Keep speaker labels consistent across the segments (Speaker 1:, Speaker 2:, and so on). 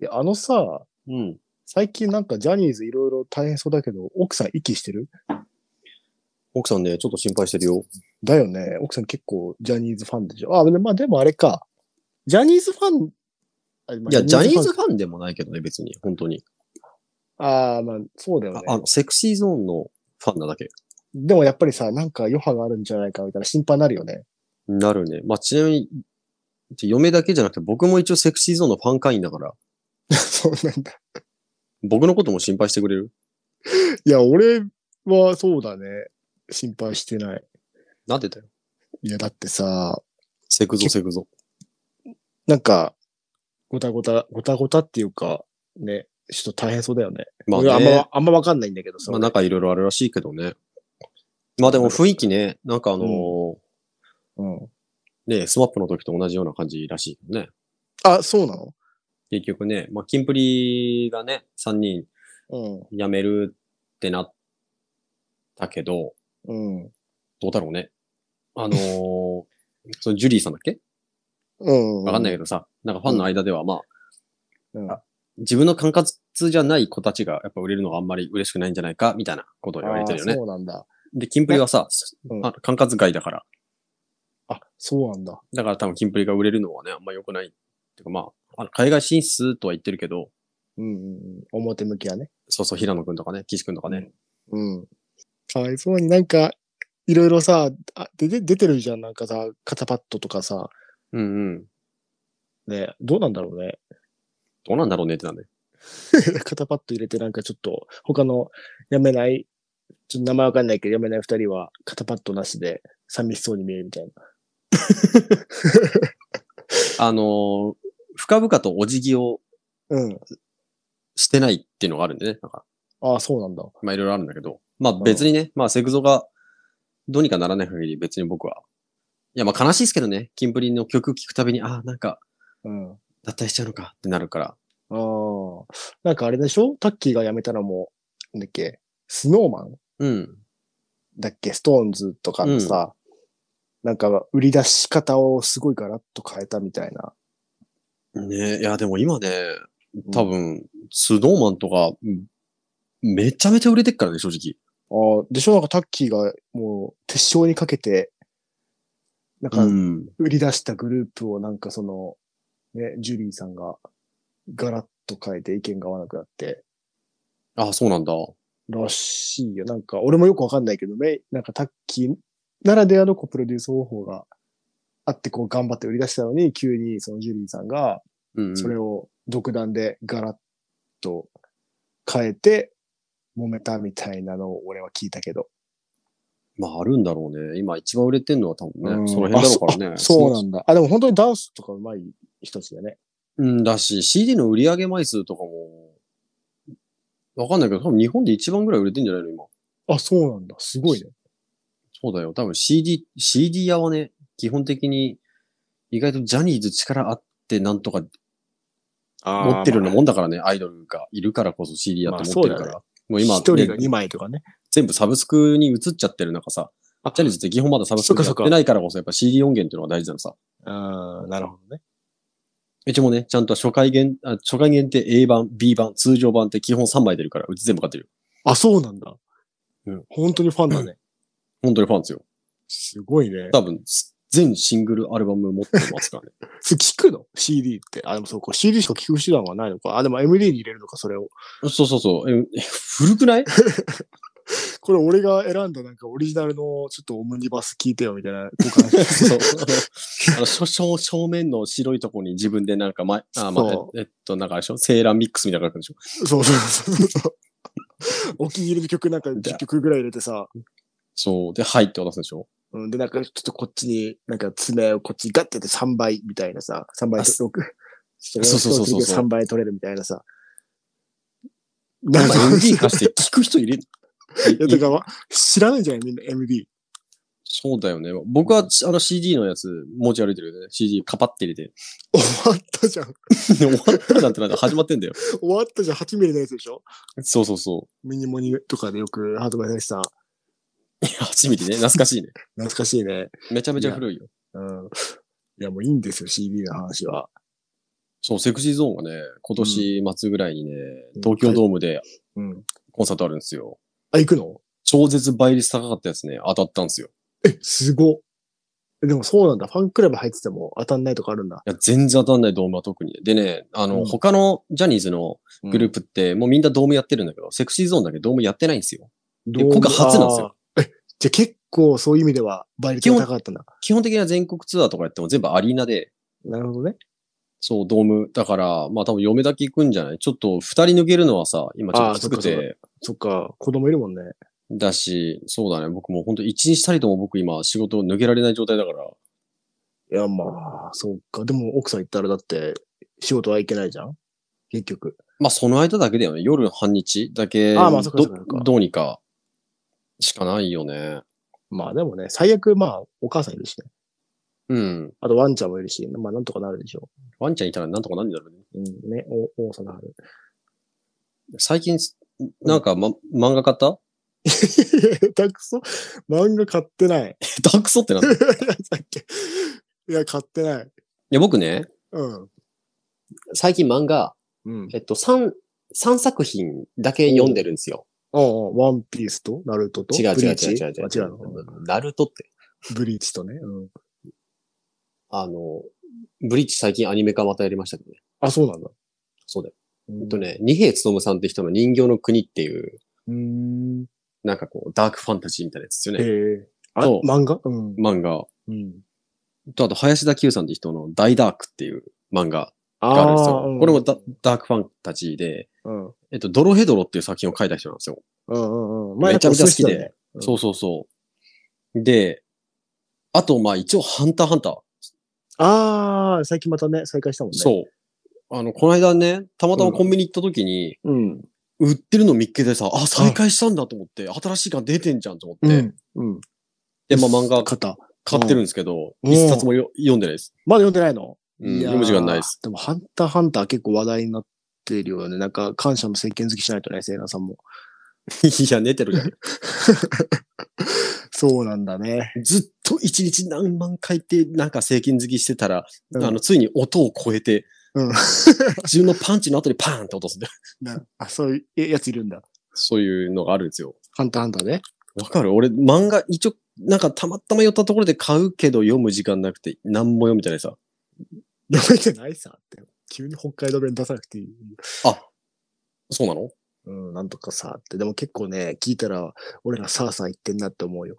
Speaker 1: いや、あのさ、
Speaker 2: うん。
Speaker 1: 最近なんかジャニーズいろいろ大変そうだけど、奥さん息してる
Speaker 2: 奥さんね、ちょっと心配してるよ。
Speaker 1: だよね。奥さん結構ジャニーズファンでしょ。あ、でまあでもあれか。ジャニーズファン、あまあ
Speaker 2: いや、ジャニーズ
Speaker 1: ファン
Speaker 2: ファンでもないけどね、別に、本当に。
Speaker 1: ああ、まあそうだよ
Speaker 2: あ
Speaker 1: ね。
Speaker 2: あの、セクシーゾーンのファンなだけ。
Speaker 1: でもやっぱりさ、なんか余波があるんじゃないかみたいな心配になるよね。
Speaker 2: なるね。まあ、ちなみに、嫁だけじゃなくて、僕も一応セクシーゾーンのファン会員だから、
Speaker 1: そうなんだ。
Speaker 2: 僕のことも心配してくれる
Speaker 1: いや、俺はそうだね。心配してない。
Speaker 2: なんでだよ。
Speaker 1: いや、だってさ、
Speaker 2: セクゾセクゾ。
Speaker 1: なんか、ごたごた、ごたごたっていうか、ね、ちょっと大変そうだよね。
Speaker 2: まあ
Speaker 1: 俺はあん
Speaker 2: ね、
Speaker 1: ま、あんまわかんないんだけどさ。
Speaker 2: まあ、なんかいろいろあるらしいけどね。まあでも雰囲気ね、なんかあのー
Speaker 1: うん。
Speaker 2: ね、スマップの時と同じような感じらしいよね。
Speaker 1: あ、そうなの
Speaker 2: 結局ね、まあ、キンプリがね、3人
Speaker 1: う
Speaker 2: 辞めるってなったけど、
Speaker 1: ん。うん。
Speaker 2: どうだろうね。あ のーそのジュリーさんだっけ
Speaker 1: うん。
Speaker 2: わかんない
Speaker 1: い。
Speaker 2: けどさ、なんかファンの間ではまあ、
Speaker 1: うん、あ
Speaker 2: 自分の管轄じゃない子たちがやっぱ売れるのがあんまり嬉しくないんじゃないか、みたいなことを言われてるよ
Speaker 1: ー
Speaker 2: ね。
Speaker 1: そうなんだ。
Speaker 2: で、キンプリはさ、
Speaker 1: うん
Speaker 2: あ管轄外だから、
Speaker 1: あ、そうなんだ。
Speaker 2: だから多分キンプリが売れるのはね、あんま良くない。てかまあ、あの海外進出とは言ってるけど、
Speaker 1: うんうんうん。表向きはね。
Speaker 2: そうそう、平野くんとかね、岸くんとかね。
Speaker 1: うん。かわいそうになんか、いろいろさ、あでで出てるじゃん。なんかさ、肩パッドとかさ、
Speaker 2: うんうん。
Speaker 1: ね、どうなんだろうね。
Speaker 2: どうなんだろうねってなんで。
Speaker 1: 肩パッド入れてなんかちょっと、他のやめない、ちょっと名前わかんないけど、やめない二人は肩パッドなしで寂しそうに見えるみたいな。
Speaker 2: あのー深々とお辞儀を
Speaker 1: うん。
Speaker 2: してないっていうのがあるんでね。なんか、
Speaker 1: ああ、そうなんだ。
Speaker 2: まあいろいろあるんだけど。まあ別にね、まあセグゾがどうにかならない限り別に僕は。いやまあ悲しいですけどね、キンプリの曲聴くたびに、ああ、なんか
Speaker 1: うん。
Speaker 2: 脱退しちゃうのかってなるから。
Speaker 1: ああ。なんかあれでしょタッキーが辞めたらもう、なんだっけ、スノーマン
Speaker 2: うん。
Speaker 1: だっけ、ストーンズとかのさ、なんか売り出し方をすごいガラッと変えたみたいな。
Speaker 2: ねいやでも今ね、多分、スノーマンとか、うんめちゃめちゃ売れてっからね、正直。
Speaker 1: ああ、でしょなんかタッキーがもう、鉄晶にかけて、なんか
Speaker 2: ん。
Speaker 1: 売り出したグループをなんかその、ね、ジュリーさんがガラッと変えて意見が合わなくなって、
Speaker 2: ああ、そうなんだ。
Speaker 1: らしいよ。なんか俺もよくわかんないけどね、なんかタッキーならではのこうプロデュース方法があってこう頑張って売り出したのに、急にそのジュリーさんが
Speaker 2: うん、うん。
Speaker 1: それを独断でガラッと変えて揉めたみたいなのを俺は聞いたけど。
Speaker 2: まああるんだろうね。今一番売れてんのは多分ね、
Speaker 1: うん
Speaker 2: その辺だろうからね。
Speaker 1: あそそうなんだ。あ、でも本当にダンスとか上手い人たちだよね。
Speaker 2: うんだし、CD の売り上げ枚数とかも、わかんないけど、多分日本で一番ぐらい売れてんじゃないの今。
Speaker 1: あ、そうなんだ。すごいね。
Speaker 2: そうだよ。多分 CD、CD 屋はね、基本的に、意外とジャニーズ力あってなんとか持ってるようなもんだからね、アイドルがいるからこそ CD 屋って持ってるか
Speaker 1: ま
Speaker 2: ら。もう今、ね
Speaker 1: 枚とかね。
Speaker 2: 全部サブスクに移っちゃってる中さ、
Speaker 1: あ
Speaker 2: ジャニーズって基本まだサブスク
Speaker 1: そ
Speaker 2: や
Speaker 1: っか
Speaker 2: っ
Speaker 1: そっか
Speaker 2: てないからこそ、やっぱ CD 音源っていうのが大事なのさ。
Speaker 1: ああ、なるほどね。
Speaker 2: うちもね、ちゃんと初回限、あ初回限定 A 版、B 版、通常版って基本3枚出るから、うち全部買ってるよ。
Speaker 1: あ、そうなんだ。
Speaker 2: うん
Speaker 1: 本当にファンだね。
Speaker 2: 本当にファンですよ。
Speaker 1: すごいね。
Speaker 2: 多分、す全シングルアルバム持ってますからね。
Speaker 1: それ聞くの ?CD って。あ、でもそうか。CD しか聞く手段はないのか。あ、でも MD に入れるのか、それを。
Speaker 2: そうそうそう。え、え古くない
Speaker 1: これ俺が選んだなんかオリジナルのちょっとオムニバス聞いてよみたいな交 換
Speaker 2: そう。あの、しょ正正面の白いとこに自分でなんか、ま、あ、まあ
Speaker 1: そ、
Speaker 2: ええっと、なんかあれでしょセーラーミックスみたいな感じでし
Speaker 1: そうそうそうそう。お気に入りの曲なんか10曲ぐらい入れてさ、
Speaker 2: ょそう。で、はいって渡すんでしょ
Speaker 1: うん、で、なんかちょっとこっちに、なんか爪をこっちにガッてやって3倍みたいなさ、3倍
Speaker 2: あ
Speaker 1: と、
Speaker 2: そ
Speaker 1: 6、そう
Speaker 2: そうそうそうそ
Speaker 1: 3
Speaker 2: う
Speaker 1: 倍取れるみたいなさ。
Speaker 2: 今
Speaker 1: なん
Speaker 2: MD 化して聞く人いる
Speaker 1: いや、だから、知らないじゃん、みんな MD。
Speaker 2: そうだよね。僕は、あの CD のやつ持ち歩いてるよね。CD カパって入れて。
Speaker 1: 終わったじゃん。
Speaker 2: で終わったなんてなんて始まってんだよ。
Speaker 1: 終わったじゃん、8ミリのやつでしょ
Speaker 2: そうそうそう。
Speaker 1: ミニモニとかでよくハートバイ選手さん。
Speaker 2: 初めてね、懐かしいね。
Speaker 1: 懐かしいね。
Speaker 2: めちゃめちゃ古いよ。
Speaker 1: うん。いや、もういいんですよ、CD の話は。
Speaker 2: そう、セクシーゾーンがね、今年末ぐらいにね、
Speaker 1: うん
Speaker 2: 東京ドームで
Speaker 1: うん。
Speaker 2: コンサートあるんですよ。
Speaker 1: あ、行くの
Speaker 2: 超絶倍率高かったやつね、当たったんですよ。
Speaker 1: え、すご。えでもそうなんだ。ファンクラブ入ってても当たんないとかあるんだ。
Speaker 2: いや、全然当たんないドームは特にね。でね、あの、
Speaker 1: うん
Speaker 2: 他のジャニーズのグルー
Speaker 1: プ。
Speaker 2: プって、もうみんなドームやってるんだけど、セクシーゾーンだけドームやってないんですよ。で今回初なんですよ。
Speaker 1: あー。え、じゃあ結構そういう意味では倍率が高かったんだ。
Speaker 2: 基本的には全国ツアーとかやっても全部アリーナで、
Speaker 1: なるほどね。
Speaker 2: そう、ドーム。だから、まあ多分嫁だけ行くんじゃないちょっと二人抜けるのはさ、今ちょっときつく
Speaker 1: あーそっか
Speaker 2: て。
Speaker 1: そっか、子供いるもんね。
Speaker 2: だし、そうだね。僕もう本当一日たりとも僕今仕事を抜けられない状態だから。
Speaker 1: いや、まあ、そうか。でも奥さん行ったらだって仕事はいけないじゃん結局。
Speaker 2: まあその間だけだよね。夜半日だけ、
Speaker 1: あーまあそっか
Speaker 2: ど
Speaker 1: そっかそっか
Speaker 2: どうにかしかないよね。
Speaker 1: まあでもね、最悪まあお母さんいるしね。
Speaker 2: うん。
Speaker 1: あとワンちゃんもいるし、まあなんとかなるでしょ
Speaker 2: ワンちゃんいたらなんとかなんだろうね。
Speaker 1: う。うん、ね、お、王貞治。
Speaker 2: 最近、なんか、ま、漫画買った
Speaker 1: 下手くそ漫画買ってない。
Speaker 2: 下手くそってな った。い
Speaker 1: さっきいや、買ってない。
Speaker 2: や、僕ね、
Speaker 1: うん。
Speaker 2: 最近漫画、
Speaker 1: うん。
Speaker 2: えっと、3、三作品だけ読んでるんですよ。
Speaker 1: ああ、ワンピースと、ナルトと、
Speaker 2: 違う
Speaker 1: ブリ
Speaker 2: 違う
Speaker 1: ーチ
Speaker 2: 違う違う違う。
Speaker 1: あ違うの
Speaker 2: ナルトって。
Speaker 1: ブリーチとね。うん。
Speaker 2: あの、ブリーチ最近アニメ化またやりましたけどね。
Speaker 1: あ、そうなんだ。
Speaker 2: そうだよ。
Speaker 1: う
Speaker 2: えっ
Speaker 1: ん
Speaker 2: と。ね、二平つさんって人の人形の国っていう、
Speaker 1: うーん。
Speaker 2: なんかこう、ダークファンタジーみたいなやつですよ
Speaker 1: ええ
Speaker 2: ね。
Speaker 1: あ、
Speaker 2: そう
Speaker 1: 漫画うん。
Speaker 2: 漫画。
Speaker 1: うん。
Speaker 2: と、あと、林田久さんって人の大ダークっていう漫画があるんです
Speaker 1: ああ、
Speaker 2: よ。
Speaker 1: うん
Speaker 2: これもダダークファンタジーで、
Speaker 1: うん。
Speaker 2: えっと、ドロヘドロっていう作品を書いた人なんですよ。
Speaker 1: うんうんうん。
Speaker 2: めちゃめちゃ好きで
Speaker 1: 前なんかお寿司だね。うん
Speaker 2: そうそうそう。で、あと、まあ一応、ハンターハンター。
Speaker 1: ああ、最近またね、再開したもんね。う。
Speaker 2: そう。あの、この間ね、たまたまコンビニ行った時に、
Speaker 1: うん。
Speaker 2: 売ってるの見っけてさ、あ、再開したんだと思って、新しい感出てんじゃんと思って、
Speaker 1: うん。うん。
Speaker 2: で、まあ漫画
Speaker 1: 買った。
Speaker 2: 買ってるんですけど、
Speaker 1: うん
Speaker 2: 一冊もよ読んでないです。
Speaker 1: まだ読んでないの
Speaker 2: うん
Speaker 1: いやー
Speaker 2: 読む時間ないです。
Speaker 1: でも、ハンターハンター結構話題になってるよね。なんか、感謝の石鹸好きしないとね、セイナさんも。
Speaker 2: いや、寝てるじゃ
Speaker 1: そうなんだね。
Speaker 2: ん。ずっと一日何万回って、なんか正金好きしてたら、
Speaker 1: うん
Speaker 2: あの、ついに音を超えて、
Speaker 1: うん。
Speaker 2: 自分のパンチの後にパーンって落とすんだよ
Speaker 1: なあ、そういうやついるんだ。
Speaker 2: そういうのがあるんですよ。
Speaker 1: ハンターハンターね。
Speaker 2: わかる俺、漫画、一応、なんかたまたま寄ったところで買うけど読む時間なくて、何も読みたいなさ。
Speaker 1: 読めてないさって。急に北海道弁出さなくていい。
Speaker 2: そうなの
Speaker 1: うん、なんとかさって。でも結構ね、聞いたら、俺らさあさあ言ってんなって思うよ。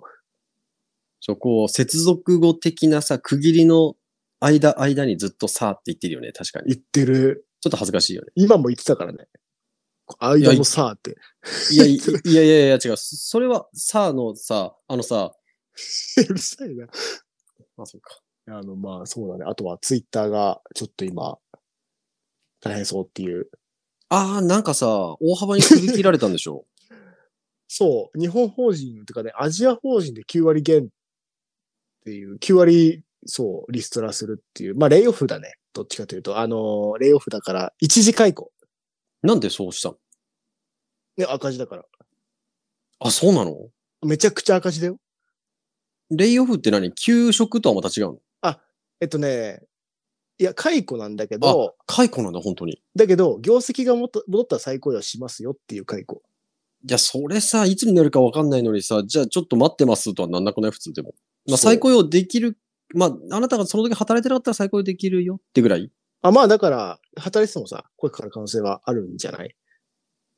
Speaker 2: そこを接続語的なさ、区切りの間、間にずっとさーって言ってるよね。確かに。
Speaker 1: 言ってる。
Speaker 2: ちょっと恥ずかしいよね。
Speaker 1: 今も言ってたからね。間のさあって。
Speaker 2: いや、いいやいやいや、違う。それは、さーのさ、あのさ、
Speaker 1: うるさいな。
Speaker 2: あ、そうか。
Speaker 1: あの、まあ、そうだね。あとは、ツイッターが、ちょっと今、大変そうっていう。
Speaker 2: あー、なんかさ、大幅に振り切られたんでし ょ
Speaker 1: そう、日本法人とかね、アジア法人で9割減っていう、9割、そう、リストラするっていう。まあ、レイオフだね。どっちかというと、あのー、レイオフだから、一時解雇。
Speaker 2: なんでそうしたの
Speaker 1: ね、赤字だから。
Speaker 2: あ、そうなの
Speaker 1: めちゃくちゃ赤字だよ。
Speaker 2: レイオフって何給食とはまた違うの
Speaker 1: えっとね、いや、解雇なんだけど、
Speaker 2: 解雇なんだ、本当に。
Speaker 1: だけど、業績がもっと戻ったら再雇用しますよっていう解雇。
Speaker 2: いや、それさ、いつになるかわかんないのにさ、じゃあちょっと待ってますとはなんなくない普通でも。まあ、
Speaker 1: そう
Speaker 2: 再雇用できる。まあ、あなたがその時働いてなかったら再雇用できるよってぐらいっ
Speaker 1: あ、まあ、だから、働いててもさ、声かかる可能性はあるんじゃない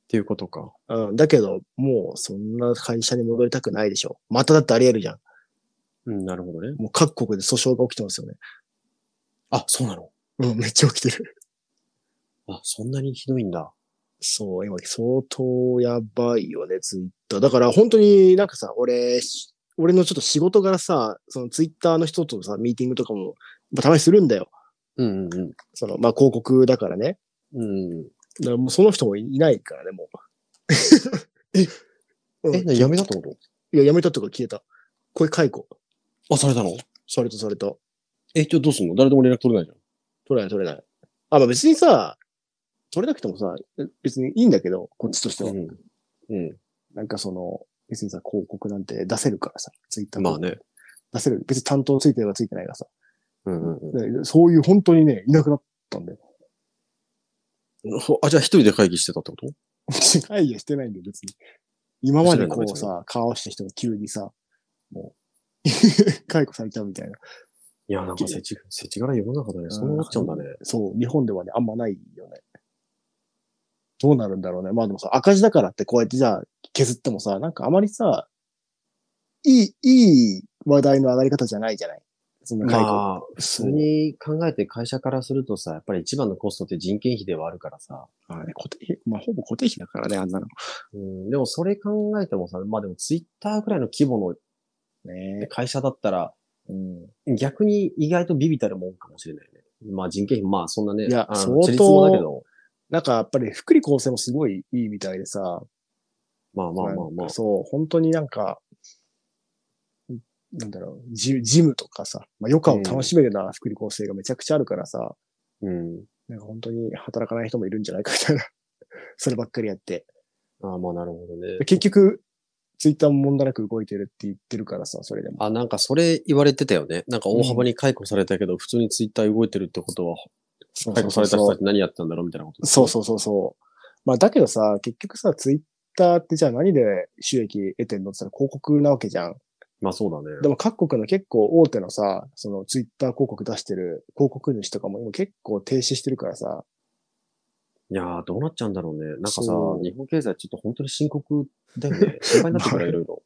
Speaker 2: ていうことか。
Speaker 1: うん、だけど、もうそんな会社に戻りたくないでしょ。まただってあり得るじゃん。
Speaker 2: うん、なるほどね。
Speaker 1: もう各国で訴訟が起きてますよね。
Speaker 2: あ、そうなの
Speaker 1: うん、めっちゃ起きてる。
Speaker 2: あ、そんなにひどいんだ。
Speaker 1: そう、今相当やばいよね、ツイッター。だから本当になんかさ、俺、し俺のちょっと仕事柄さ、そのツイッターの人とさ、ミーティングとかも、まあたまにするんだよ。
Speaker 2: うんうんうん。
Speaker 1: その、まあ広告だからね。
Speaker 2: うん、
Speaker 1: だからもうその人もいないからね、もう。 え、うん、
Speaker 2: え、なやめたってこ
Speaker 1: いや、やめたとか消えた。これ解雇。
Speaker 2: とあ、されたの
Speaker 1: それとそれと。
Speaker 2: え、じゃあどうすんの誰とも連絡取れないじゃん。
Speaker 1: 取れない取れない。あ、まあ別にさ、取れなくてもさ、え別にいいんだけど、こっちとしては。
Speaker 2: うん。うん。
Speaker 1: なんかその、別にさ、広告なんて出せるからさ、ツイッター
Speaker 2: まあ。ね。
Speaker 1: 出せる。別に担当ついてればついてないがさ。
Speaker 2: うんうんうん。
Speaker 1: でそういう本当にね、いなくなったんだよ。
Speaker 2: ほあ、じゃあ一人で会議してたってこと
Speaker 1: 会議はしてないんで別に。今までこ
Speaker 2: して
Speaker 1: う
Speaker 2: ないの
Speaker 1: さ、顔合わせた人が急にさ、もう、 解雇されちゃうみたいな。
Speaker 2: いや、なんか世知、世知辛い世の中だね。そうなっちゃうんだね。
Speaker 1: そう、日本ではね、あんまないよね。どうなるんだろうね。まあでもさ、赤字だからってこうやってじゃあ削ってもさ、なんかあまりさ、いい、いい話題の上がり方じゃないじゃないその解雇。
Speaker 2: まあ、普
Speaker 1: そ
Speaker 2: 通
Speaker 1: う
Speaker 2: に考えて会社からするとさ、やっぱり一番のコストって人件費ではあるからさ。
Speaker 1: まあね、固定費、まあほぼ固定費だからね、あんなの。
Speaker 2: うん、でもそれ考えてもさ、まあでもツイッターくらいの規模の
Speaker 1: ね
Speaker 2: 会社だったら、
Speaker 1: うん。
Speaker 2: 逆に意外とビビたるもんかもしれないね。まあ人件費、まあそんなね、
Speaker 1: いや
Speaker 2: あの
Speaker 1: 相当
Speaker 2: つりつもだけど、
Speaker 1: なんかやっぱり福利厚生もすごいいいみたいでさ、
Speaker 2: まあまあまあま
Speaker 1: な
Speaker 2: あ
Speaker 1: んか。そう、本当になんか、なんだろう、ジジムとかさ、まあ、余暇を楽しめるような福利厚生がめちゃくちゃあるからさ、
Speaker 2: うん。
Speaker 1: なんか本当に働かない人もいるんじゃないかみたいな。 そればっかりやって。
Speaker 2: ああ、まあなるほど
Speaker 1: で。
Speaker 2: ね
Speaker 1: 結局、ツイッターも問題なく動いてるって言ってるからさ、それでも。
Speaker 2: あ、なんかそれ言われてたよね。なんか大幅に解雇されたけど、普通にツイッター動いてるってことは、
Speaker 1: そう
Speaker 2: 解
Speaker 1: そ
Speaker 2: 雇
Speaker 1: う
Speaker 2: さ
Speaker 1: そう
Speaker 2: れた人
Speaker 1: そ
Speaker 2: た
Speaker 1: う。
Speaker 2: ち何やってたんだろうみたいなこと。
Speaker 1: そうそうそうそう。まあだけどさ、結局さ、ツイッターってじゃあ何で収益得てんのって言ったら広告なわけじゃん。
Speaker 2: まあそうだね。
Speaker 1: でも各国の結構大手のさ、そのツイッター広告出してる広告主とかも今結構停止してるからさ、
Speaker 2: いやー、どうなっちゃうんだろうね。なんかさ、
Speaker 1: そう
Speaker 2: 日本経済ちょっと本当に深刻だ よね。心配になってく
Speaker 1: まあ
Speaker 2: るいろいろ。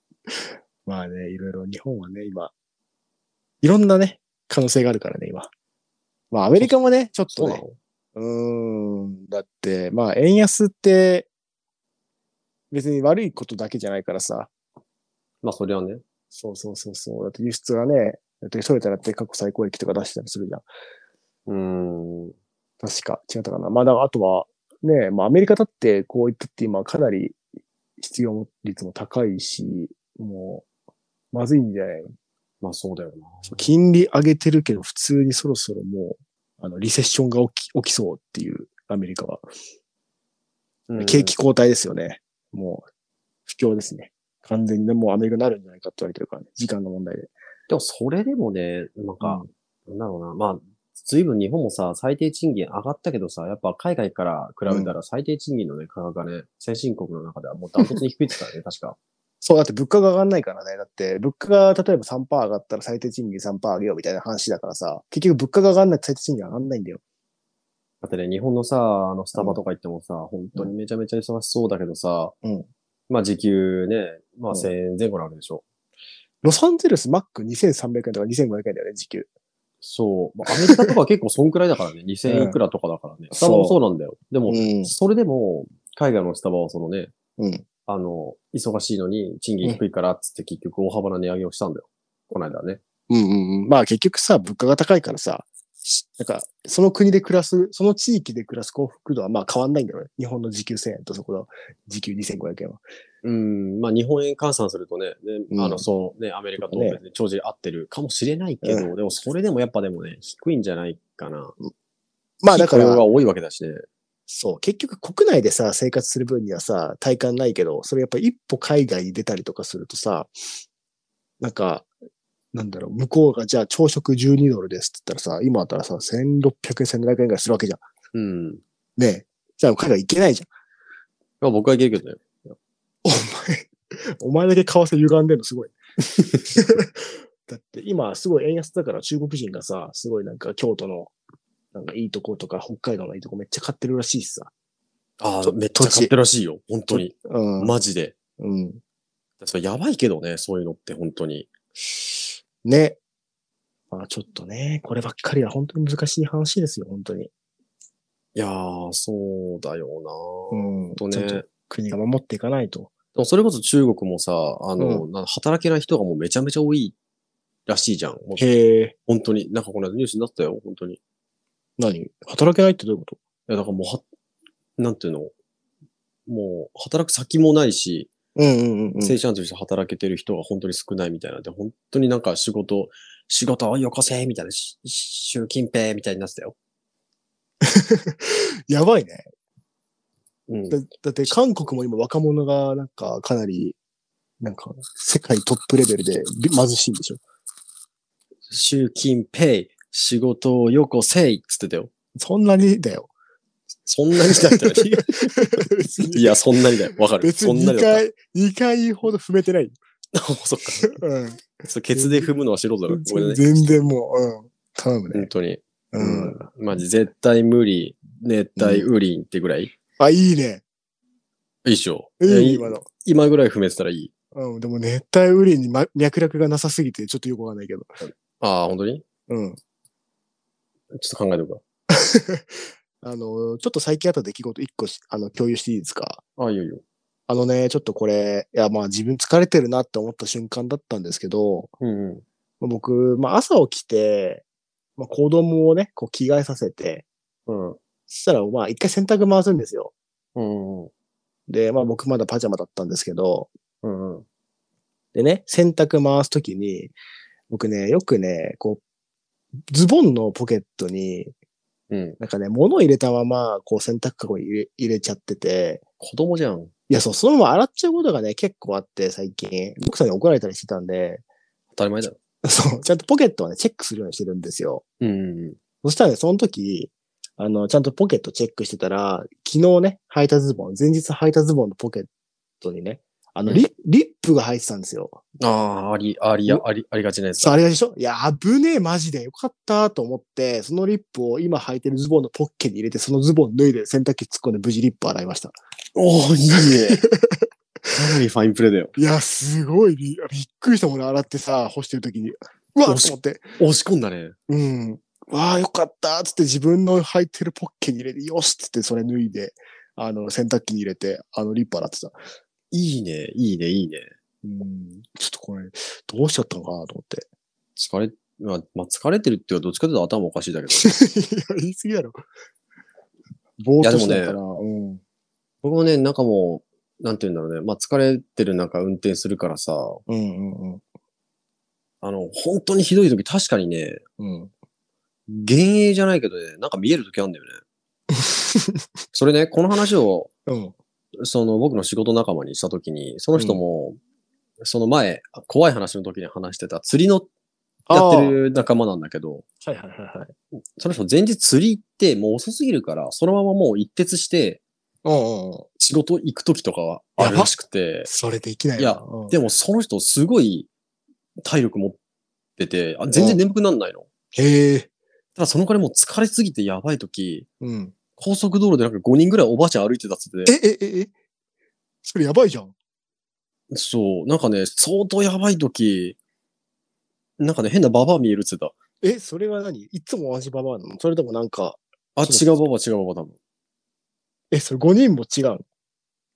Speaker 1: まあね、いろいろ日本はね、今、いろんなね、可能性があるからね、今。まあアメリカもね、ちょっとね、うーん。だって、まあ、円安って、別に悪いことだけじゃないからさ。
Speaker 2: まあそれはね。
Speaker 1: そうそうそうそう。だって輸出がね、だってトヨタだって過去最高益とか出したりするじゃん。
Speaker 2: うーん。
Speaker 1: 確か。違ったかな。まあ、だからあとは、ね、まあ、アメリカだって、こういったって今かなり失業率も高いし、もう、まずいんじゃない
Speaker 2: まあそうだよな。
Speaker 1: 金利上げてるけど、普通にそろそろもう、あの、リセッションが起き、起きそうっていう、アメリカは。
Speaker 2: うん
Speaker 1: 景気後退ですよね。もう、不況ですね。完全にね、もうアメリカになるんじゃないかって言われてるからね。時間の問題で。
Speaker 2: でもそれでもね、なんか、なんだろうな。まあ、随分日本もさ、最低賃金上がったけどさ、やっぱ海外から比べたら最低賃金のね、価格がね、先進国の中ではもうダントツに低いって言ってたね、確か。
Speaker 1: そう、だって物価が上がんないからね。だって、物価が例えば3%上がったら最低賃金3%上げようみたいな話だからさ、結局物価が上がんないと最低賃金上がんないんだよ。
Speaker 2: だってね、日本のさ、あの、スタバとか行ってもさ、本当にめちゃめちゃ忙しそうだけどさ、
Speaker 1: うん
Speaker 2: まあ時給ね、まあ
Speaker 1: うん
Speaker 2: 1000円前後なわけでしょ。
Speaker 1: ロサンゼルスマック2300円とか2500円だよね、時給。
Speaker 2: そう。まあアメリカとかは結構そんくらいだ からね、2000円いくらとかだからね。スタバもそうなんだよ。でも、
Speaker 1: ん
Speaker 2: それでも、海外のスタバはそのね、
Speaker 1: うん。
Speaker 2: あの、忙しいのに賃金低いからっつって結局大幅な値上げをしたんだよ。この間ね。
Speaker 1: うんうんうん。まあ結局さ、物価が高いからさ、なんか、その国で暮らす、その地域で暮らす幸福度はまあ変わんないんだよね。日本の時給1000円とそこの時給2500円は。
Speaker 2: うん、まあ日本円換算するとね、
Speaker 1: うん
Speaker 2: ねあの、そうね、アメリカと
Speaker 1: ね
Speaker 2: 別に長寿合ってるかもしれないけど、
Speaker 1: う
Speaker 2: でもそれでもやっぱでもね、低いんじゃないかな。
Speaker 1: まあだから
Speaker 2: 非雇用が多いわけだしね。
Speaker 1: そう。結局国内でさ、生活する分にはさ、体感ないけど、それやっぱ一歩海外に出たりとかするとさ、なんか、なんだろう、向こうがじゃあ朝食12ドルですって言ったらさ、今だったらさ、1600円、1700円ぐらいするわけじゃん。
Speaker 2: うん。
Speaker 1: ねえ。じゃあ彼は行けないじゃん。
Speaker 2: まあ僕はいけるけどね。
Speaker 1: お前、お前だけ為替歪んでんのすごい。 だって今すごい円安だから中国人がさ、すごいなんか京都の、なんかいいとことか北海道のいいとこめっちゃ買ってるらしいしさ。
Speaker 2: あ
Speaker 1: と
Speaker 2: あ、めっちゃ買ってるらしいよ。本当に。
Speaker 1: うん。
Speaker 2: マジで。
Speaker 1: うん。
Speaker 2: それやばいけどね、そういうのって本当に。
Speaker 1: ね。まあちょっとね、こればっかりは本当に難しい話ですよ、本当に。
Speaker 2: いやー、そうだよな、
Speaker 1: ん。ち
Speaker 2: ほんと
Speaker 1: ょっ
Speaker 2: ね。
Speaker 1: と
Speaker 2: で
Speaker 1: 国が守っていかないと。
Speaker 2: もそれこそ中国もさ、あの、な働けない人がもうめちゃめちゃ多いらしいじゃん。もう
Speaker 1: へえ。
Speaker 2: 本当に。なんかこの間ニュースになってたよ、本当に。い
Speaker 1: 何働けないってどういうこ
Speaker 2: や、だからもうは、なんていうのもう、働く先もないし、
Speaker 1: とうんうんうん
Speaker 2: 正社員として働けてる人が本当に少ないみたいなんで、本当になんか仕事、仕事をよこせみたいな、し習近平みたいになってたよ。
Speaker 1: やばいね。
Speaker 2: うん
Speaker 1: だ。だって韓国も今若者がなんかかなり、なんか世界トップレベルでび貧しいんでしょ。
Speaker 2: 習近平、仕事をよこせいっつってたよ。
Speaker 1: そんなにだよ。
Speaker 2: そんなにだったら、
Speaker 1: 別に
Speaker 2: いや、そんなにだよ。わかる。
Speaker 1: 別
Speaker 2: そ
Speaker 1: に
Speaker 2: んな
Speaker 1: 2
Speaker 2: にだっ
Speaker 1: 回、二回ほど踏めてない。
Speaker 2: た。そっか。ちょ
Speaker 1: うん。
Speaker 2: っとケツで踏むのは素人だ から、ごめんね。
Speaker 1: 全然もう、うん。頼むね。
Speaker 2: 本当に。
Speaker 1: うん。。
Speaker 2: マジ、絶対無理。熱帯雨林ってぐらい。い
Speaker 1: あ、いいね。
Speaker 2: いっしょ。
Speaker 1: いいね、
Speaker 2: え
Speaker 1: 今の。
Speaker 2: 今ぐらい踏めてたらいい。
Speaker 1: うん。でも熱帯雨林に、ま、脈絡がなさすぎて、ちょっとよくわかんないけど。
Speaker 2: ああ、本当に
Speaker 1: うん。
Speaker 2: ちょっと考えておく
Speaker 1: あの、ちょっと最近あった出来事一個し、あの、共有していいですか
Speaker 2: わ。ああ、いいよいいよ。
Speaker 1: あのね、ちょっとこれ、いや、まあ自分疲れてるなって思った瞬間だったんですけど、
Speaker 2: うんう
Speaker 1: ま
Speaker 2: ん。
Speaker 1: あ僕、まあ朝起きて、まあ子供をね、こう着替えさせて、
Speaker 2: うん。
Speaker 1: そしたらまあ一回洗濯回すんですよ。
Speaker 2: うんうん。
Speaker 1: で、まあ僕まだパジャマだったんですけど、
Speaker 2: うんうん。
Speaker 1: でね、洗濯回すときに、僕ね、よくね、こう、ズボンのポケットに、
Speaker 2: うん。
Speaker 1: なんかね、物を入れたまま、こう洗濯カゴに入れ入れちゃってて、
Speaker 2: 子供じゃん。
Speaker 1: いや、そう、そのまま洗っちゃうことがね、結構あって、最近、奥さんに怒られたりしてたんで、
Speaker 2: 当たり前だろ。
Speaker 1: そう、ちゃんとポケットはね、チェックするようにしてるんですよ。
Speaker 2: うんうんうん。
Speaker 1: そしたらね、その時、あの、ちゃんとポケットチェックしてたら、昨日ね、履いたズボン、前日履いたズボンのポケットにね、あの、リ,、リップが入ってたんですよ。
Speaker 2: ああ、あり、ありや、あり、ありがちなやつ
Speaker 1: そう、
Speaker 2: だ。
Speaker 1: あれがでしょいや、危ねえ、マジで。よかったと思って、そのリップを今履いてるズボンのポッケに入れて、そのズボン脱いで洗濯機突っ込んで無事リップ洗いました。
Speaker 2: おおいいね。かなりファインプレーだよ。
Speaker 1: いや、すごいび、びっくりしたもんね、洗ってさ、干してる時に。うわっ
Speaker 2: よし
Speaker 1: と思って。
Speaker 2: 押し込んだね。
Speaker 1: うん。わあ、よかったっつって自分の履いてるポッケに入れて、よしっつってそれ脱いで、あの、洗濯機に入れて、あの、リップ洗ってた。
Speaker 2: いいね、いいね、いいね。
Speaker 1: うん。ちょっとこれ、どうしちゃったのかなと思って。
Speaker 2: 疲れ、まあ、まあ、疲れてるっていうか、どっちかというと頭おかしいだけど。
Speaker 1: いや、言い過ぎだろ。 ぼーっとしてたから、うん。
Speaker 2: 僕もね、なんかもう、なんて言うんだろうね。まあ、疲れてる中運転するからさ、
Speaker 1: うんうん
Speaker 2: あの、本当にひどい時、確かにね、
Speaker 1: うん。 うん。
Speaker 2: 幻影じゃないけどね、なんか見える時あるんだよね。それね、この話を、
Speaker 1: うん。
Speaker 2: その僕の仕事仲間にした時に、その人も、その前、怖い話の時に話してた釣りのやってる仲間なんだけど、
Speaker 1: あー。はいはいはいはい。
Speaker 2: その人前日釣り行って、もう遅すぎるから、そのままもう一徹して、
Speaker 1: うんうん。
Speaker 2: 仕事行く時とかはあるらしくて、
Speaker 1: それできない
Speaker 2: いや
Speaker 1: うん
Speaker 2: でもその人すごい体力持ってて、あ全然眠くなんないの。
Speaker 1: へえ。
Speaker 2: ただその彼もう疲れすぎてやばい時、
Speaker 1: うん。
Speaker 2: 高速道路でなんか5人ぐらいおばあちゃん歩いてたっつって
Speaker 1: え、え、え、えそれやばいじゃん。
Speaker 2: そう、なんかね、相当やばい時、なんかね、変なババア見えるっつってた。
Speaker 1: え、それは何いつも同じババアなのそれともなんか、
Speaker 2: あ、
Speaker 1: そ
Speaker 2: 違
Speaker 1: う
Speaker 2: うババア、違うババア多分。
Speaker 1: え、それ5人も違う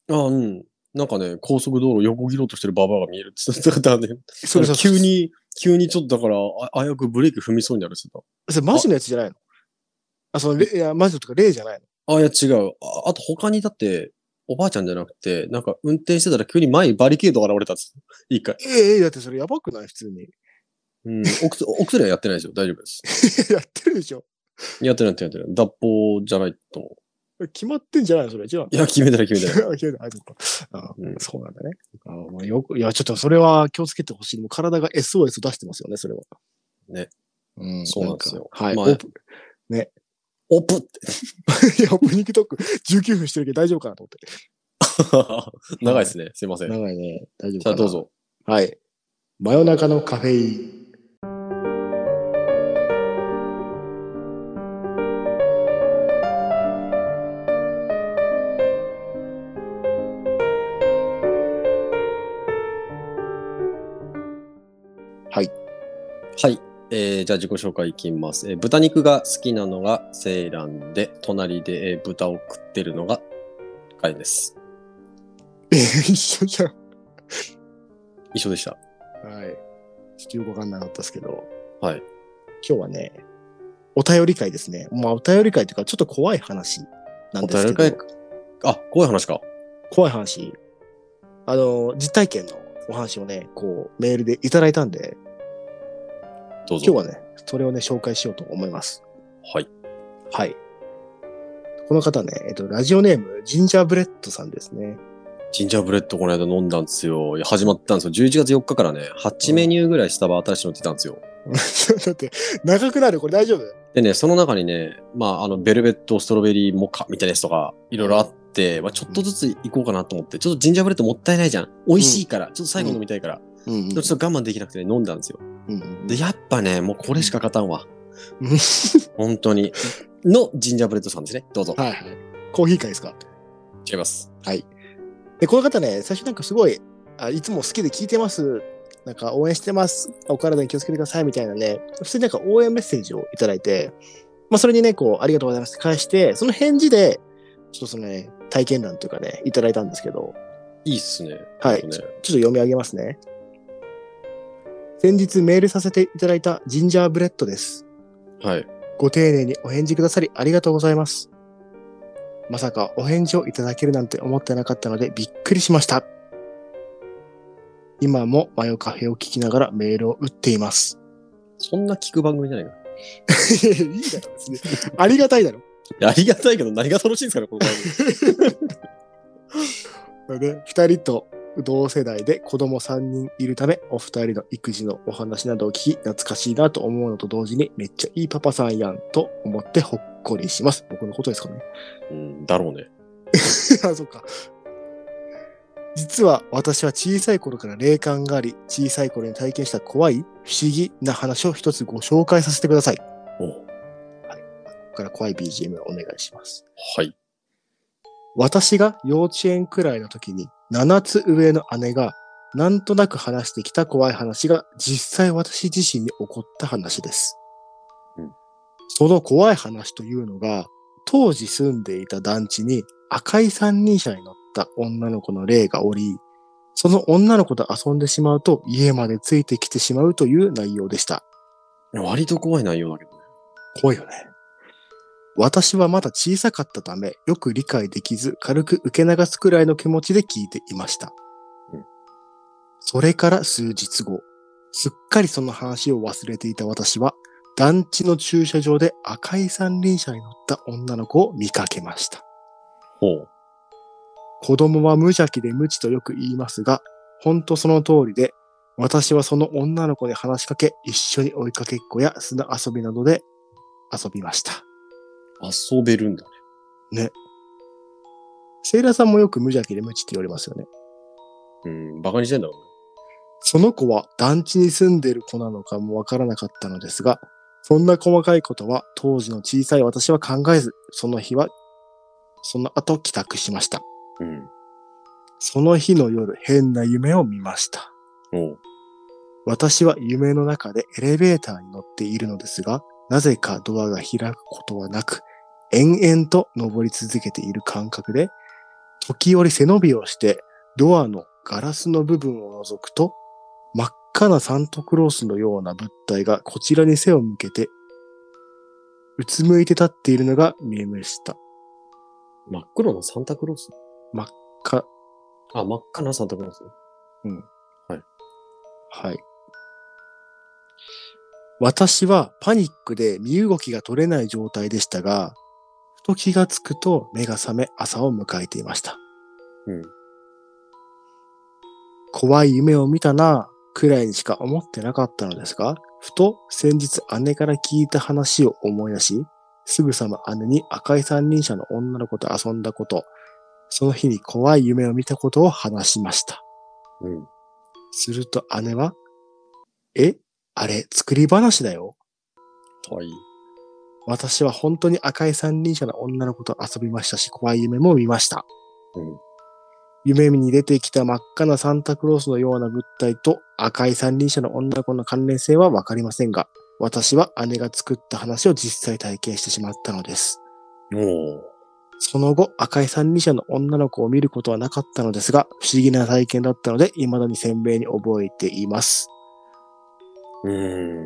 Speaker 1: の
Speaker 2: あ、うん。なんかね、高速道路横切ろうとしてるババアが見えるっつってたからね。
Speaker 1: それさ、
Speaker 2: 急。に、急にちょっとだから、ああやくブレーキ踏みそうになるっつってた。
Speaker 1: それマジのやつじゃないのあ、その、れいや、マジのとか、例じゃないの
Speaker 2: あ、いや違う。ああと他にだって、おばあちゃんじゃなくて、なんか運転してたら急に前にバリケード現れたっつって一回。
Speaker 1: ええだってそれやばくない普通に。
Speaker 2: うん。お薬お薬はやってないですよ。 大丈夫です。
Speaker 1: やってるでしょ
Speaker 2: やってないやってないやってない。脱法じゃないと思
Speaker 1: 決まってんじゃないのそれ、違うの。
Speaker 2: う。いや、決めてない決 めてない。
Speaker 1: あ、決めたあ、ちょっと。あ
Speaker 2: うん
Speaker 1: そうなんだね。あまあ、よく、いや、ちょっとそれは気をつけてほしい。もう体が SOS 出してますよね、それは。
Speaker 2: ね。
Speaker 1: うん、
Speaker 2: そうなんですよ
Speaker 1: かはい。
Speaker 2: まあ
Speaker 1: オープン
Speaker 2: オプって。
Speaker 1: いや、オープニングトーク19分してるけど大丈夫かなと思っ
Speaker 2: 長いですね。すいませ
Speaker 1: て。
Speaker 2: ん。
Speaker 1: 長いね。大丈夫かな
Speaker 2: さあ、どう。ぞ。
Speaker 1: はい。真夜中のカフェイン。
Speaker 2: はい。えー、じゃあ自己紹介いきます、えー豚肉が好きなのがセイランで、隣で、えー豚を食ってるのがカエです。
Speaker 1: え、一緒じゃん。
Speaker 2: 一緒でした。
Speaker 1: はい。ちょっとよくわかんなかったですけど。
Speaker 2: はい。
Speaker 1: 今日はね、お便り会ですね。まあ、お便り会というか、ちょっと怖い話なん
Speaker 2: お
Speaker 1: です
Speaker 2: 便
Speaker 1: け
Speaker 2: り
Speaker 1: ど。
Speaker 2: 会、あ、怖い話か。
Speaker 1: 怖い話。あの、実体験のお話をね、こう、メールでいただいたんで、
Speaker 2: どうぞ。
Speaker 1: 今日はね、それをね、紹介しようと思います。
Speaker 2: はい。
Speaker 1: はい。この方ね、えっと、ラジオネーム、ジンジャーブレッドさんですね。
Speaker 2: ジンジャーブレッドこの間飲んだんですよ。いや始まったんですよ。11月4日からね、8メニューぐらいスタバ新しいの出たんですよ。
Speaker 1: だって、長くなるこれ大丈夫
Speaker 2: でね、その中にね、まあ、あの、ベルベット、ストロベリー、モカみたいなやつとか、いろいろあって、まあ、ちょっとずつ行こうかなと思って、ちょっとジンジャーブレッドもったいないじゃん。美味しいから、ちょっと最後飲みたいから。
Speaker 1: うんうん
Speaker 2: でもちょっと我慢できなくてね、飲んだんですよ。
Speaker 1: うん
Speaker 2: で、やっぱね、もうこれしか勝たんわ
Speaker 1: うん。
Speaker 2: 本当に。の、ジンジャーブレッドさんですね。どうぞ。
Speaker 1: はいはい。コーヒー会ですか
Speaker 2: 違います。
Speaker 1: で、この方ね、最初なんかすごい、あいつも好きで聞いてます。なんか応援してます。お体に気をつけてくださいみたいなね、普通になんか応援メッセージをいただいて、まあそれにね、こう、ありがとうございますって返して、その返事で、ちょっとそのね、体験談というかね、いただいたんですけど、
Speaker 2: いいっすね。
Speaker 1: はい
Speaker 2: ちょっとね
Speaker 1: ちょっと読み上げますね。先日メールさせていただいたジンジャーブレッドです。
Speaker 2: はい。
Speaker 1: ご丁寧にお返事くださりありがとうございます。まさかお返事をいただけるなんて思ってなかったのでびっくりしました。今もマヨカフェを聞きながらメールを打っています。
Speaker 2: そんな聞く番組じゃないか。
Speaker 1: いいだろ、別にありがたいだろ。
Speaker 2: いやありがたいけど、何が楽しいんですかね、この番組。
Speaker 1: で、二人と同世代で子供三人いるため、お二人の育児のお話などを聞き、懐かしいなと思うのと同時に、めっちゃいいパパさんやんと思ってほっこりします。僕のことですかね。
Speaker 2: うん、だろうね。
Speaker 1: あ、そっか。実は私は小さい頃から霊感があり、小さい頃に体験した怖い、不思議な話を一つご紹介させてください。こ
Speaker 2: お
Speaker 1: こから怖い BGM をお願いします。
Speaker 2: はい。
Speaker 1: 私が幼稚園くらいの時に7つ上の姉がなんとなく話してきた怖い話が実際私自身に起こった話です。
Speaker 2: うん
Speaker 1: その怖い話というのが当時住んでいた団地に赤い三輪車に乗った女の子の霊がおり、その女の子と遊んでしまうと家までついてきてしまうという内容でした。
Speaker 2: 割と怖い内容だけどね。
Speaker 1: 怖いよね。私はまだ小さかったため、よく理解できず、軽く受け流すくらいの気持ちで聞いていました。
Speaker 2: うん
Speaker 1: それから数日後、すっかりその話を忘れていた私は、団地の駐車場で赤い三輪車に乗った女の子を見かけました。
Speaker 2: ほう。
Speaker 1: 子供は無邪気で無知とよく言いますが、ほんとその通りで、私はその女の子に話しかけ、一緒に追いかけっこや砂遊びなどで遊びました。
Speaker 2: 遊べるんだね。
Speaker 1: セイラさんもよく無邪気で無知って言われますよね。
Speaker 2: うん、バカにしてんだろうね。
Speaker 1: その子は団地に住んでいる子なのかもわからなかったのですが、そんな細かいことは当時の小さい私は考えず、その日は、その後帰宅しました。
Speaker 2: うん。
Speaker 1: その日の夜、変な夢を見ました。
Speaker 2: おう。
Speaker 1: 私は夢の中でエレベーターに乗っているのですが、なぜかドアが開くことはなく、延々と登り続けている感覚で、時折背伸びをして、ドアのガラスの部分を覗くと、真っ赤なサンタクロースのような物体がこちらに背を向けて、うつむいて立っているのが見えました。
Speaker 2: 真っ黒のサンタクロース
Speaker 1: か、
Speaker 2: あ、真っ赤なサンタクロース
Speaker 1: はい。私はパニックで身動きが取れない状態でしたが、ふと気がつくと目が覚め朝を迎えていました。
Speaker 2: うん。
Speaker 1: 怖い夢を見たなぁくらいにしか思ってなかったのですが、ふと先日姉から聞いた話を思い出し、すぐさま姉に赤い三輪車の女の子と遊んだこと、その日に怖い夢を見たことを話しました。
Speaker 2: うん。
Speaker 1: すると姉は、えあれ、作り話だよ。
Speaker 2: はい。
Speaker 1: 私は本当に赤い三輪車の女の子と遊びましたし、怖い夢も見ました。
Speaker 2: うん。
Speaker 1: 夢に出てきた真っ赤なサンタクロースのような物体と赤い三輪車の女の子の関連性はわかりませんが、私は姉が作った話を実際体験してしまったのです。
Speaker 2: おう。
Speaker 1: その後、赤い三輪車の女の子を見ることはなかったのですが、不思議な体験だったので、未だに鮮明に覚えています。
Speaker 2: うん。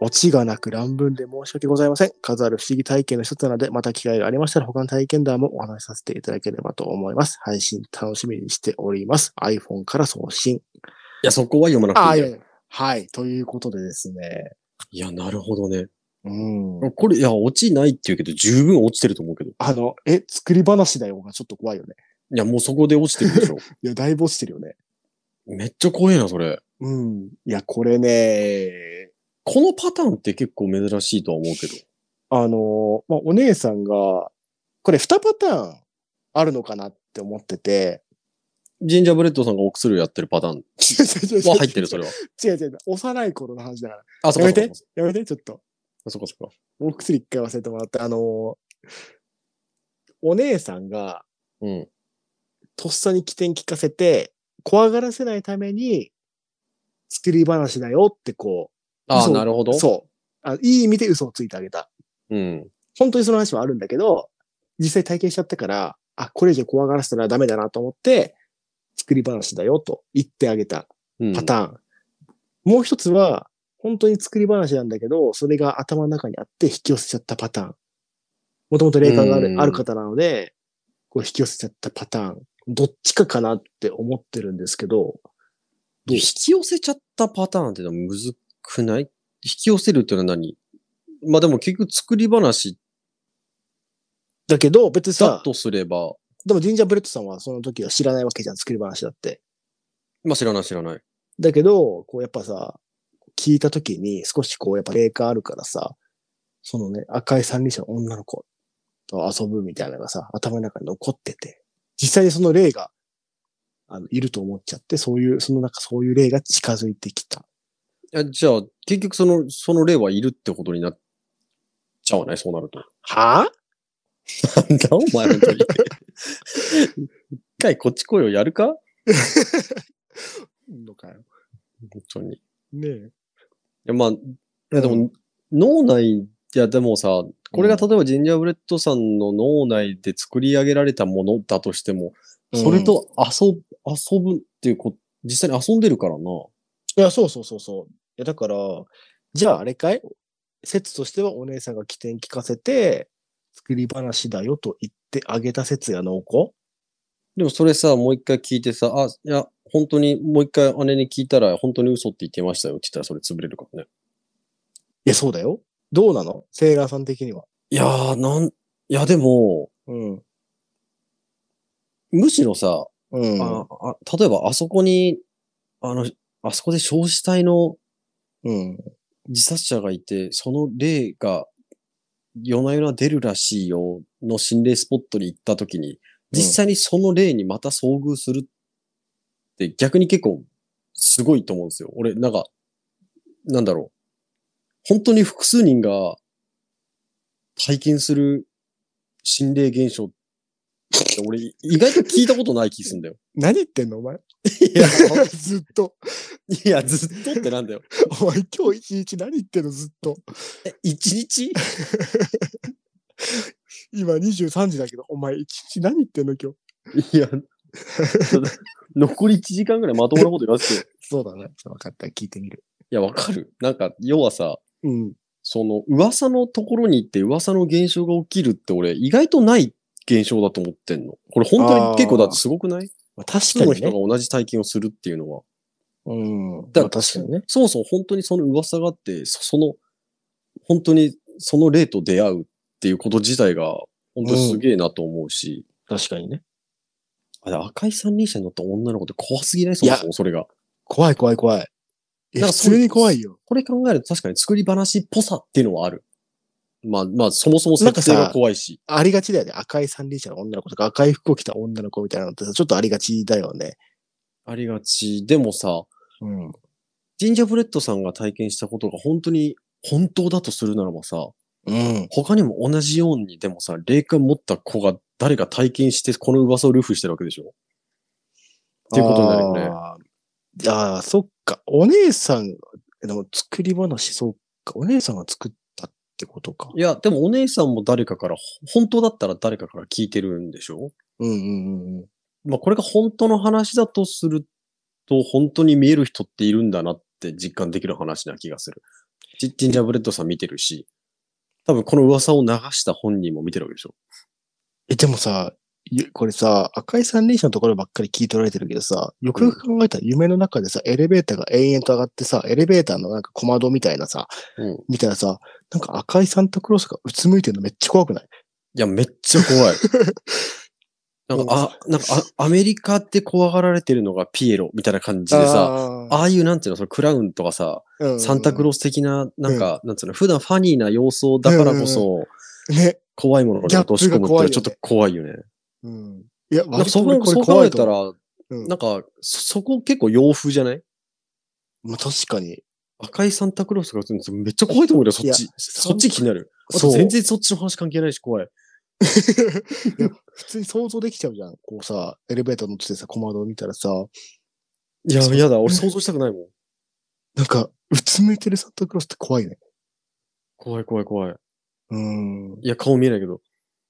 Speaker 1: オチがなく乱文で申し訳ございません。数ある不思議体験の一つなので、また機会がありましたら他の体験談もお話しさせていただければと思います。配信楽しみにしております。iPhone から送信。
Speaker 2: いや、そこは読まな
Speaker 1: あ
Speaker 2: く
Speaker 1: あ、
Speaker 2: て
Speaker 1: い
Speaker 2: いいん
Speaker 1: や
Speaker 2: だ
Speaker 1: い
Speaker 2: よ。
Speaker 1: やはい。ということでですね。
Speaker 2: いや、なるほどね。
Speaker 1: うん。
Speaker 2: これ、いや、落ちないって言うけど、十分落ちてると思うけど。
Speaker 1: あの、え、作り話だよがちょっと怖いよね。
Speaker 2: いや、もうそこで落ちてる でしょ。
Speaker 1: いや、だいぶ落ちてるよね。
Speaker 2: めっちゃ怖いな、それ。
Speaker 1: うん。いや、これね、
Speaker 2: このパターンって結構珍しいとは思うけど。
Speaker 1: あの、まあ、お姉さんが、これ2パターンあるのかなって思って て、
Speaker 2: ジンジャーブレッドさんがお薬をやってるパターン
Speaker 1: 違う違う違う
Speaker 2: は入ってる、それは。
Speaker 1: 違う違う違う。幼い頃の話だから。
Speaker 2: あ、そ
Speaker 1: や
Speaker 2: こ
Speaker 1: め
Speaker 2: そ
Speaker 1: て
Speaker 2: こ。、
Speaker 1: やめて、ちょっと。
Speaker 2: そこそこ。
Speaker 1: お薬一回忘れてもらって、あの、お姉さんが、
Speaker 2: うん。
Speaker 1: とっさに起点聞かせて、怖がらせないために、作り話だよってこ
Speaker 2: ああ、
Speaker 1: 嘘
Speaker 2: なるほど。
Speaker 1: う、そうあ。いい意味で嘘をついてあげた。
Speaker 2: う。うん。
Speaker 1: 本当にその話はあるんだけど、実際体験しちゃったから、あ、これ以上怖がらせたらダメだなと思って、作り話だよと言ってあげた
Speaker 2: うん、
Speaker 1: パターン。もう一つは、本当に作り話なんだけど、それが頭の中にあって引き寄せちゃったパターン。もともと霊感があ
Speaker 2: う
Speaker 1: る
Speaker 2: ん
Speaker 1: ある方なので、こう引き寄せちゃったパターン。どっちかかなって思ってるんですけど、どう
Speaker 2: 引き寄せちゃったパターンってのはむずくない引き寄せるっていうのは何まあでも結局作り話
Speaker 1: だけど、別に
Speaker 2: だ
Speaker 1: さ、
Speaker 2: とすれば、
Speaker 1: でもジンジャーブレッドさんはその時は知らないわけじゃん、作り話だって。
Speaker 2: まあ知らない知らない。
Speaker 1: だけど、こうやっぱさ、聞いた時に少しこうやっぱ霊感あるからさ、そのね、赤い三輪車の女の子と遊ぶみたいなのがさ、頭の中に残ってて、実際にその霊が、あの、いると思っちゃって、そういう、その中そういう霊が近づいてきた。
Speaker 2: あじゃあ結局その、その例はいるってことになっちゃわないそうなると。
Speaker 1: は
Speaker 2: なんだお前本当に。一回こっち来いよやるか
Speaker 1: ぁのかよ。
Speaker 2: 本当に。い
Speaker 1: ねえ。
Speaker 2: やまあ、いやでも、
Speaker 1: う
Speaker 2: 脳内、いやでもさ、これが例えばジンジャーブレッドさんの脳内で作り上げられたものだとしても、それと遊ぶ、遊ぶっていうこ、実際に遊んでるからな。
Speaker 1: いや、そうそうそうそう。いや、だから、じゃああれかい説としてはお姉さんが起点聞かせて、作り話だよと言ってあげた説が濃厚
Speaker 2: でもそれさ、もう一回聞いてさ、あ、いや、本当にもう一回姉に聞いたら、本当に嘘って言ってましたよって言ったらそれ潰れるからね。
Speaker 1: いや、そうだよ。どうなのセーラーさん的には。
Speaker 2: いやー、なん、いやでも、
Speaker 1: うん。
Speaker 2: むしろさ、
Speaker 1: うん。
Speaker 2: ああ例えばあそこに、あの、あそこで焼死体の
Speaker 1: うん。
Speaker 2: 自殺者がいて、その霊が夜な夜な出るらしいよの心霊スポットに行った時に、実際にその霊にまた遭遇するって逆に結構すごいと思うんですよ。俺、なんか、なんだろう。本当に複数人が体験する心霊現象って俺意外と聞いたことない気すんだよ。
Speaker 1: 何言ってんのお前。
Speaker 2: いや、
Speaker 1: ずっと。
Speaker 2: いや、ずっとってなんだよ。
Speaker 1: お前今日一日何言ってんのずっと。
Speaker 2: え、一日
Speaker 1: 今23時だけど、お前一日何言ってんの今日。
Speaker 2: いや、残り1時間ぐらいまともなこと言わせてよ。
Speaker 1: そうだね。分かった。聞いてみる。
Speaker 2: いや、わかる。なんか、要はさ、
Speaker 1: うん。
Speaker 2: その、噂のところに行って噂の現象が起きるって俺、意外とない現象だと思ってんの。これ本当
Speaker 1: あー
Speaker 2: に結構だってすごくない
Speaker 1: まあ、確
Speaker 2: 普通
Speaker 1: か
Speaker 2: の
Speaker 1: に
Speaker 2: 人が
Speaker 1: ね。
Speaker 2: 同じ体験をするっていうのは。
Speaker 1: うん。
Speaker 2: だ
Speaker 1: まあ確かにね。
Speaker 2: そもそも本当にその噂があって、そその、本当にその霊と出会うっていうこと自体が、本当にすげえなと思うし、
Speaker 1: 確かにね。
Speaker 2: あれ赤い三輪車に乗った女の子って怖すぎないそもそもそれが。
Speaker 1: 怖い怖い怖い。いや、
Speaker 2: なん
Speaker 1: 普
Speaker 2: かそう
Speaker 1: 通に怖いよ。
Speaker 2: これ考えると確かに作り話っぽさっていうのはある。まあまあ、そもそも設定
Speaker 1: なんか
Speaker 2: が
Speaker 1: さ
Speaker 2: 怖いし。
Speaker 1: ありがちだよね。赤い三輪車の女の子とか赤い服を着た女の子みたいなのってさちょっとありがちだよね。
Speaker 2: ありがち。でもさ、
Speaker 1: うん。
Speaker 2: ジンジャーブレッドさんが体験したことが本当に本当だとするならばさ、
Speaker 1: うん。
Speaker 2: 他にも同じようにでもさ、霊感持った子が誰か体験してこの噂をルフしてるわけでしょっていうことになるよね。
Speaker 1: あー。あーそっか。お姉さん、でも作り話、そっか。お姉さんが作ったってことか。
Speaker 2: いや、でもお姉さんも誰かから、ほ本当だったら誰かから聞いてるんでしょ
Speaker 1: うんうんうんうん。
Speaker 2: まあこれが本当の話だとすると、本当に見える人っているんだなって実感できる話な気がする。ジジンジャーブレッドさん見てるし、多分この噂を流した本人も見てるわけでしょ。
Speaker 1: え、でもさ、ゆこれさ、赤い三輪車のところばっかり聞い取られてるけどさ、よくよく考えたら夢の中でさ、エレベーターが延々と上がってさ、エレベーターのなんか小窓みたいなさ、
Speaker 2: うん。い
Speaker 1: みたいなさ、なんか 赤いサンタクロースがうつむいてるのめっちゃ怖くない
Speaker 2: や、めっちゃ怖い。なんか、あ、なんかあ、アメリカって怖がられてるのがピエロみたいな感じでさ、
Speaker 1: あ
Speaker 2: ああいうなんていうの、そのクラウンとかさ、
Speaker 1: ー、
Speaker 2: サンタクロース的な、なんか、なんつうの、普段ファニーな様相だからこそ、
Speaker 1: ス。ね。
Speaker 2: 怖いものに落とし込むってのはちょっと怖いよね。
Speaker 1: うん。いや、
Speaker 2: なんか
Speaker 1: 割と
Speaker 2: そ
Speaker 1: 俺
Speaker 2: こ、
Speaker 1: こ
Speaker 2: そ
Speaker 1: れ
Speaker 2: う考
Speaker 1: 怖
Speaker 2: え
Speaker 1: いと
Speaker 2: た
Speaker 1: 思う。
Speaker 2: ら、
Speaker 1: うん
Speaker 2: なんか、そそこ結構洋風じゃない
Speaker 1: まあ確かに。
Speaker 2: 赤いサンタクロースがめっちゃ怖いと思うよ、そっ
Speaker 1: い
Speaker 2: ち
Speaker 1: や。
Speaker 2: そっち気になる。あ
Speaker 1: そ
Speaker 2: と
Speaker 1: う
Speaker 2: 全然そっちの話関係ないし、怖い。
Speaker 1: いや普通に想像できちゃうじゃん。こうさ、エレベーター乗っててさ、小窓を見たらさ、
Speaker 2: いや、
Speaker 1: そう
Speaker 2: や だ、俺想像したくないもん。
Speaker 1: なんか、うつむいてるサンタクロースって怖いね。
Speaker 2: 怖い怖い怖い。
Speaker 1: うん。
Speaker 2: いや、顔見えないけど、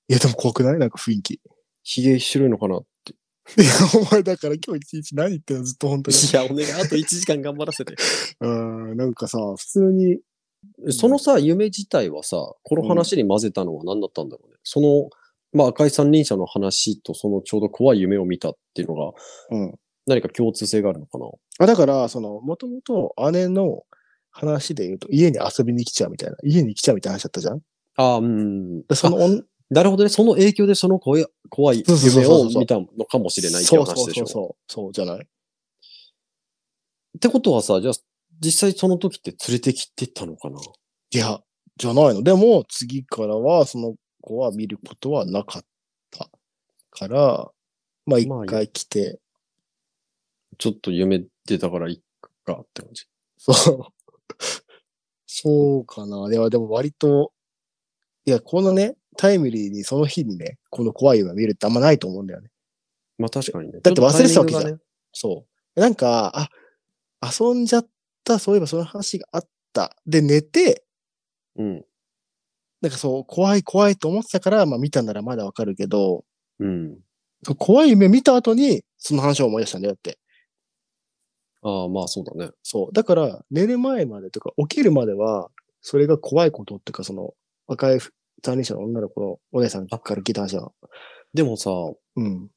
Speaker 1: いや、でも怖くないなんか雰囲気。 い
Speaker 2: 髭白いのかな。い
Speaker 1: や、お前だから今日一日何言ってんのずっと本当に。
Speaker 2: や、お願い、あと1時間頑張らせて。
Speaker 1: うん、なんかさ、普通に、
Speaker 2: そのさ、夢自体はさ、この話に混ぜたのは何だったんだろうね。その、まあ、赤い三輪車の話と、そのちょうど怖い夢を見たっていうのが、
Speaker 1: うん。
Speaker 2: 何か共通性があるのかな。
Speaker 1: あだから、その、もともと姉の話で言うと、家に遊びに来ちゃうみたいな、家に来ちゃうみたいな話だったじゃん
Speaker 2: ああ、うん。
Speaker 1: でその女
Speaker 2: なるほどね。その影響でその怖い怖い
Speaker 1: そうそうそう
Speaker 2: 夢
Speaker 1: そう
Speaker 2: を見たのかもしれないって
Speaker 1: そ
Speaker 2: い
Speaker 1: ううそ
Speaker 2: 話
Speaker 1: う
Speaker 2: で
Speaker 1: そ
Speaker 2: しょ
Speaker 1: う。そう、そうじゃない
Speaker 2: ってことはさ、じゃあ、実際その時って連れてきてたのかない
Speaker 1: や、じゃないの。でも、次からは、その子は見ることはなかったから、まあ一
Speaker 2: まあ
Speaker 1: 回来て、
Speaker 2: ちょっと夢出たからいっかって感じ。
Speaker 1: そう。 そうかな。では、でも割と、いや、このね、タイムリーにその日にね、この怖い夢見るってあんまないと思うんだよね。
Speaker 2: まあ確かにね。
Speaker 1: だって忘れてたわけじゃん
Speaker 2: ちょっとタイミングがね
Speaker 1: そう。なんか、あ、遊んじゃった、そういえばその話があった。で、寝て、
Speaker 2: うん。
Speaker 1: なんかそう、怖い怖いと思ってたから、まあ見たならまだわかるけど、
Speaker 2: うん。
Speaker 1: そう怖い夢見た後に、その話を思い出したんだよだって。
Speaker 2: ああ、まあそうだね。
Speaker 1: そう。だから、寝る前までとか、起きるまでは、それが怖いことっていうか、その、赤い担任者の女の子のお姉さんから聞いた話は。
Speaker 2: でもさ、
Speaker 1: うん。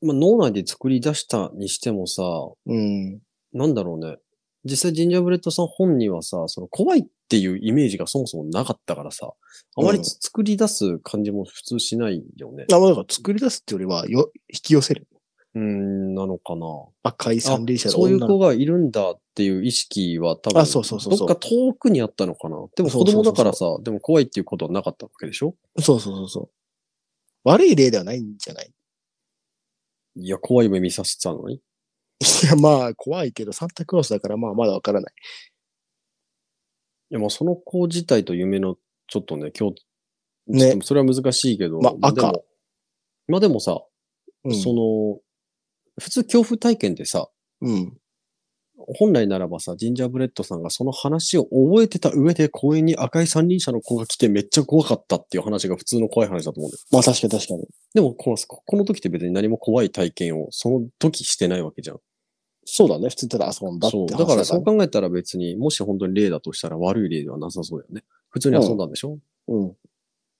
Speaker 2: まあ、脳内で作り出したにしてもさ、
Speaker 1: うん。
Speaker 2: なんだろうね。実際ジンジャーブレッドさん本人はさ、その怖いっていうイメージがそもそもなかったからさ、あまりつ作り出す感じも普通しないよね。
Speaker 1: あ、まあだから作り出すっていうよりは、よ、引き寄せる。
Speaker 2: うん、なのかな。
Speaker 1: 赤い
Speaker 2: あ
Speaker 1: 三輪車の
Speaker 2: そうい
Speaker 1: 女
Speaker 2: う
Speaker 1: の子。
Speaker 2: 子がいるんだっていう意識は多分、
Speaker 1: あそうそうそうそう
Speaker 2: どっか遠くにあったのかな。でも子供だからさ、でも怖いっていうことはなかったわけでしょ
Speaker 1: そうそうそうそう。悪い例ではないんじゃない
Speaker 2: いや、怖い夢見させてたのに。
Speaker 1: いや、まあ、怖いけど、サンタクロースだから、まあ、まだわからない。
Speaker 2: いや、まあその子自体と夢のちょっとね、今日、
Speaker 1: ね
Speaker 2: ちょっとそれは難しいけど、
Speaker 1: まあ赤
Speaker 2: でもまあでもさ、
Speaker 1: うん。
Speaker 2: その、普通恐怖体験でさ、
Speaker 1: うん。
Speaker 2: 本来ならばさ、ジンジャーブレッドさんがその話を覚えてた上で公園に赤い三輪車の子が来てめっちゃ怖かったっていう話が普通の怖い話だと思うんだよ
Speaker 1: まあ、確かに確かに。
Speaker 2: でもこの、ここの時って別に何も怖い体験をその時してないわけじゃん。
Speaker 1: そうだね。普通にただ遊んだって
Speaker 2: そう。
Speaker 1: 話だ
Speaker 2: だからそう
Speaker 1: か
Speaker 2: 考えたら別に、もし本当に例だとしたら悪い例ではなさそうだよね。普通に遊んだんでしょ、
Speaker 1: ら。うん。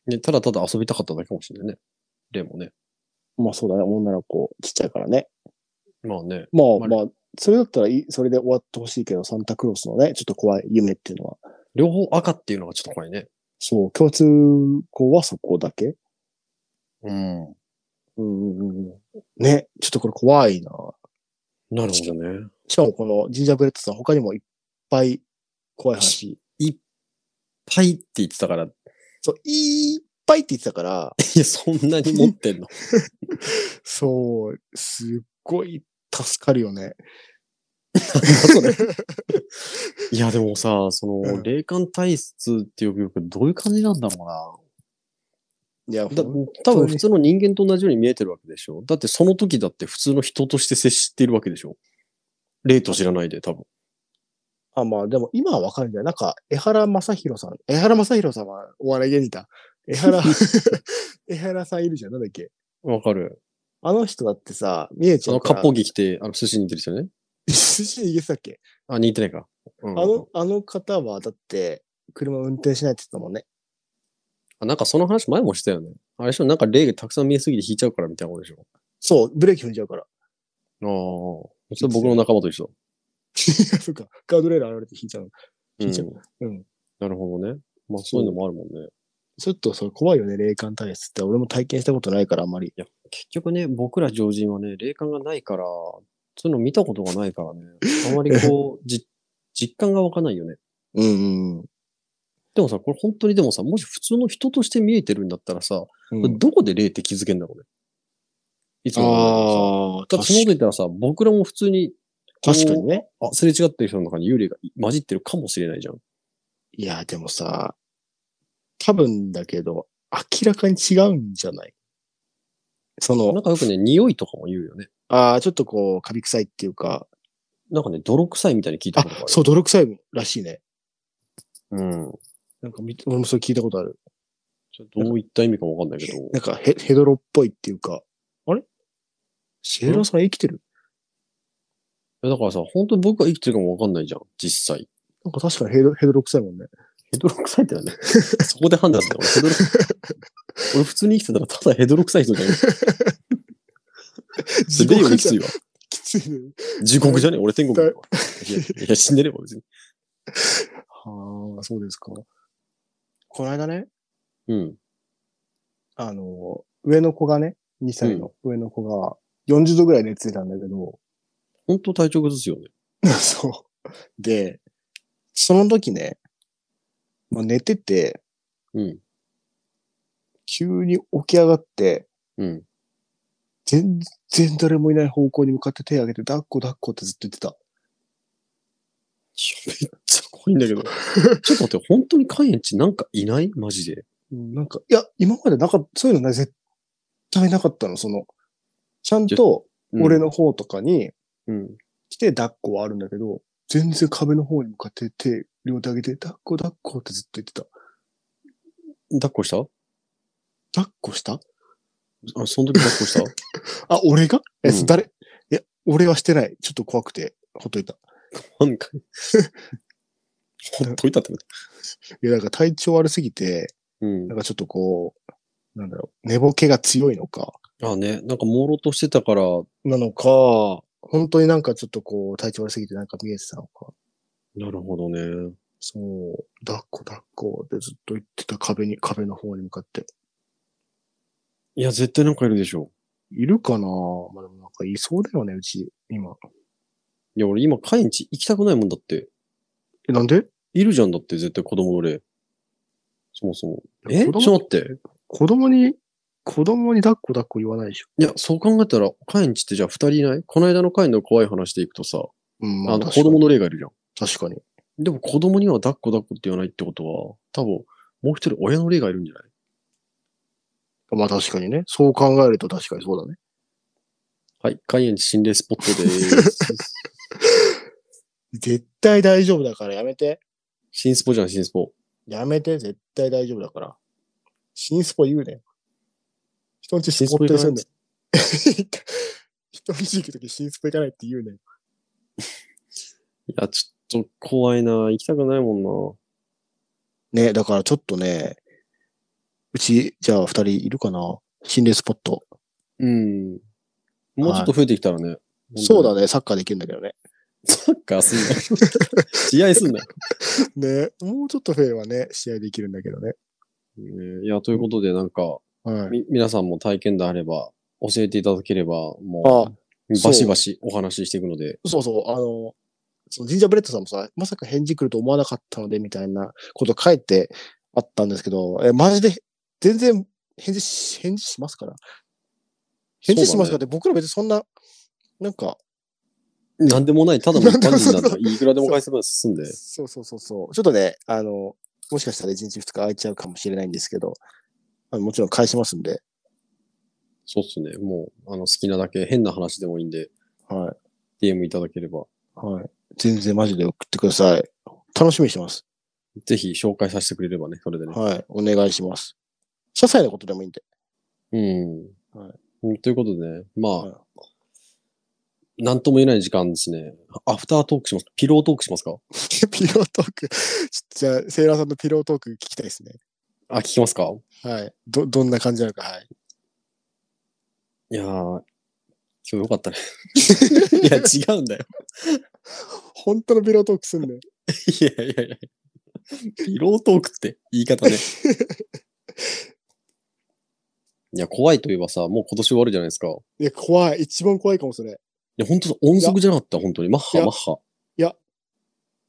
Speaker 2: ね、ただただ遊びたかっただけかもしれないね。例もね。
Speaker 1: まあ、そうだね。女の子、ちっちゃいからね。
Speaker 2: まあね。
Speaker 1: まあ、
Speaker 2: ま
Speaker 1: ま
Speaker 2: あ
Speaker 1: あ、それだったらいい、それで終わってほしいけど、サンタクロースのね、ちょっと怖い夢っていうのは。
Speaker 2: 両方赤っていうのがちょっと怖いね。
Speaker 1: そう、共通項はそこだけ
Speaker 2: うん。
Speaker 1: うんうんうんうん。ね、ちょっとこれ怖いな。
Speaker 2: なるほどね。
Speaker 1: しかもこのジンジャーブレッドさん、他にもいっぱい怖い話。
Speaker 2: パイって言ってたから、い
Speaker 1: そう、いっぱいって言ってたから、
Speaker 2: や、そんなに持ってんの
Speaker 1: そう、すっごい助かるよね。
Speaker 2: いや、でもさ、その、
Speaker 1: うん
Speaker 2: 霊感体質っていうかどういう感じなんだろうな。
Speaker 1: いや、
Speaker 2: だ
Speaker 1: ほん
Speaker 2: 多分普通の人間と同じように見えてるわけでしょだってその時だって普通の人として接しているわけでしょ例と知らないで、多分。
Speaker 1: あ、まあでも今はわかるんじゃないなんか、江原正宏さん。江原正宏さんはお笑い芸人だ。江原、 江原さんいるじゃん。なんだっけ
Speaker 2: わかる。
Speaker 1: あの人だってさ、見えち
Speaker 2: あ
Speaker 1: ゃう
Speaker 2: の、
Speaker 1: か
Speaker 2: 割
Speaker 1: ら。
Speaker 2: 烹着着て、あの、寿司に行ってる人ね。
Speaker 1: 寿司逃げてたっけ、
Speaker 2: あ、似てないか。うん
Speaker 1: あの、あの方はだって、車運転しないって言ってたもんね。
Speaker 2: あなんかその話前もしたよね。あれでしょなんか霊がたくさん見えすぎて引いちゃうからみたいなことでしょ
Speaker 1: そう、ブレーキ踏んじゃうから。
Speaker 2: ああ。それ僕の仲間と一緒だ。
Speaker 1: そうか、ガードレール現れて引いちゃう。引いちゃう。
Speaker 2: うん
Speaker 1: うん
Speaker 2: なるほどね。まあそういうのもあるもんね。
Speaker 1: ちょっとそれ怖いよね、霊感体質って。俺も体験したことないからあんまり。
Speaker 2: いや、結局ね、僕ら常人はね、霊感がないから、そういうの見たことがない からね、あまりこう、じ実感が湧かないよね。
Speaker 1: うんうん
Speaker 2: でもさ、これ本当にでもさ、もし普通の人として見えてるんだったらさ、
Speaker 1: うん。うん、
Speaker 2: どこで霊って気づけんだろうね。いつも思う
Speaker 1: ああ、
Speaker 2: けどさ。だってそのこと言ったらさ、僕らも普通に、
Speaker 1: 確かにね。
Speaker 2: あ、すれ違ってる人の中に幽霊が混じってるかもしれないじゃん。
Speaker 1: いや、でもさ、多分だけど、明らかに違うんじゃないそ
Speaker 2: な
Speaker 1: の
Speaker 2: ん、かよくね、匂いとかも言うよね。
Speaker 1: ああ、ちょっとこう、カビ臭いっていうか、
Speaker 2: なんかね、泥臭いみたいに聞いた
Speaker 1: あ
Speaker 2: ことがある。、
Speaker 1: そう、泥臭いらしいね。
Speaker 2: う。うん。
Speaker 1: なんかみ、俺もそれ聞いたことある。
Speaker 2: ちょっとどういった意味かわかんないけど。
Speaker 1: なんかヘ、ヘドロっぽいっていうか、あれシエラさん生きてる
Speaker 2: いやだからさ、本当に僕が生きてるかもわかんないじゃん、実際。
Speaker 1: なんか確かにヘドヘドロ臭いもんね。
Speaker 2: ヘドロ臭いってなんだよ そこで判断する俺ヘドロ俺普通に生きてたらただヘドロ臭い 人じゃん。それでよりきついわ。
Speaker 1: きついね。
Speaker 2: 地獄じゃねえ俺天国だよ。いや、いや死んでれば別に。
Speaker 1: はあ、そうですか。この間ね、
Speaker 2: うん。
Speaker 1: あの、上の子がね、2歳の上の子が40度ぐらい熱出たんだけど、
Speaker 2: 本当体調崩すよね。
Speaker 1: そう。で、その時ね、まあ、寝てて、
Speaker 2: うん。
Speaker 1: 急に起き上がって、
Speaker 2: うん。
Speaker 1: 全然誰もいない方向に向かって手を挙げて、抱っこ抱っこってずっと言ってた。
Speaker 2: めっちゃ怖いんだ けど。ちょっと待って、本当に肝炎地なんかいないマジで。
Speaker 1: うんなんか、いや、今までなかった、そういうのね、絶対なかったの、その、ちゃんと
Speaker 2: うん
Speaker 1: 俺。の方とかに
Speaker 2: うん。
Speaker 1: 来て抱っこはあるんだけど、全然壁の方に向かって手、両手上げて、抱っこ抱っこってずっと言ってた。
Speaker 2: 抱っこした
Speaker 1: 抱っこした
Speaker 2: あ、その時抱っ こした
Speaker 1: あ、俺がえ、
Speaker 2: うん
Speaker 1: 誰いや、俺はしてない。ちょっと怖くて、ほっといた。
Speaker 2: なんか。ほっといたってこと。
Speaker 1: いや、なんか体調悪すぎて、
Speaker 2: うん
Speaker 1: なん。かちょっとこう、なんだろう、寝ぼけが強いのか、
Speaker 2: あね、なんか朦朧としてたから、
Speaker 1: なのか、本当になんかちょっとこう、体調悪すぎてなんか見えてたのか。
Speaker 2: なるほどね。
Speaker 1: そう、抱っこ抱っこってずっと言ってた壁に、壁の方に向かって。
Speaker 2: いや、絶対なんかいるでしょ。
Speaker 1: いるかなまあでもなんかいそうだよね、うち、今。
Speaker 2: いや、俺今、カインチ行きたくないもんだって。
Speaker 1: え、なんで
Speaker 2: いるじゃんだって、絶対子供の霊。そもそも。えちょ
Speaker 1: 子供
Speaker 2: っと待って。
Speaker 1: 子供に、子供に抱っこ抱っこ言わないでしょ。
Speaker 2: いや、そう考えたら、カインチってじゃあ二人いないこの間のカインの怖い話でいくとさ、
Speaker 1: うん、
Speaker 2: あ
Speaker 1: 確
Speaker 2: の、
Speaker 1: か
Speaker 2: 子
Speaker 1: に
Speaker 2: 供の霊がいるじゃん。
Speaker 1: 確かに。
Speaker 2: でも子供には抱っこ抱っこって言わないってことは、多分、もう一人親の霊がいるんじゃない
Speaker 1: まあ確かにね。そう考えると確かにそうだね。
Speaker 2: はい、カインチ心霊スポット でーす。
Speaker 1: 絶対大丈夫だからやめて。
Speaker 2: 新スポじゃん、新スポ。
Speaker 1: やめて、絶対大丈夫だから。新スポ言うね。人んち
Speaker 2: 新
Speaker 1: スポ
Speaker 2: スポ
Speaker 1: ッ
Speaker 2: 行
Speaker 1: トに
Speaker 2: かな
Speaker 1: す
Speaker 2: い
Speaker 1: んだよ。人んち行くとき新スポ行かないって言うね。
Speaker 2: いや、ちょっと怖いな行きたくないも
Speaker 1: ね、だからちょっとね、うち、じゃあ二人いるかな心霊スポット。
Speaker 2: んなうん。もうちょっと増えてきたらね。
Speaker 1: そう
Speaker 2: ね
Speaker 1: だね、サッカーできるんだけどね。
Speaker 2: サッカーすんなよ。試合すんなよ。
Speaker 1: ね、もうちょっとフェイはね、試合できるんだけどね。
Speaker 2: ねいや、ということで、なんか、
Speaker 1: はい。
Speaker 2: み、皆さんも体験談あれば、教えていただければ、も
Speaker 1: あ
Speaker 2: う、
Speaker 1: そう
Speaker 2: バシバシお話ししていくので、
Speaker 1: そうそう、あの、そのジンジャーブレッドさんもさ、まさか返事来ると思わなかったので、みたいなこと書いてあったんですけど、え、マジで、全然返事し、返事しますから。返事しますからって、僕ら別にそんな、なんか、
Speaker 2: なんでもない、 ただの一般人なん
Speaker 1: そ
Speaker 2: で、いくらでも返せば進んで、
Speaker 1: そうそうそうそう。ちょっとね、あの、もしかしたら1日2日空いちゃうかもしれないんですけど、あのもちろん返しますんで、
Speaker 2: そうっすね。もう、あの、好きなだけ、変な話でもいいんで、
Speaker 1: はい。
Speaker 2: DM いただければ、
Speaker 1: はい。全然マジで送ってください。楽しみにしてます。
Speaker 2: ぜひ紹介させてくれればね、それでね。
Speaker 1: はい。お願いします。些細なことでもいいんで。
Speaker 2: うん。
Speaker 1: はい
Speaker 2: うんということでね、まあ、
Speaker 1: はい
Speaker 2: なんとも言えない時間ですね。アフタートークします。ピロートークしますか
Speaker 1: ピロートーク。ちょっとじゃあ、セイラーさんのピロートーク聞きたいですね。
Speaker 2: あ、聞きますか
Speaker 1: はい。ど、どんな感じなのか、はい。
Speaker 2: いやー、今日よ かったね。いや、違うんだよ。
Speaker 1: 本当のピロートークすんね。
Speaker 2: いやいやいや。 ピロートークって言い方ね。いや、怖いといえばさ、もう今年終わるじゃないですか。い
Speaker 1: いや、怖い。一番怖いかも、それ。
Speaker 2: や、本当だ音速じゃなかった、本当に。マッ
Speaker 1: い
Speaker 2: ハ、
Speaker 1: や
Speaker 2: マッハ。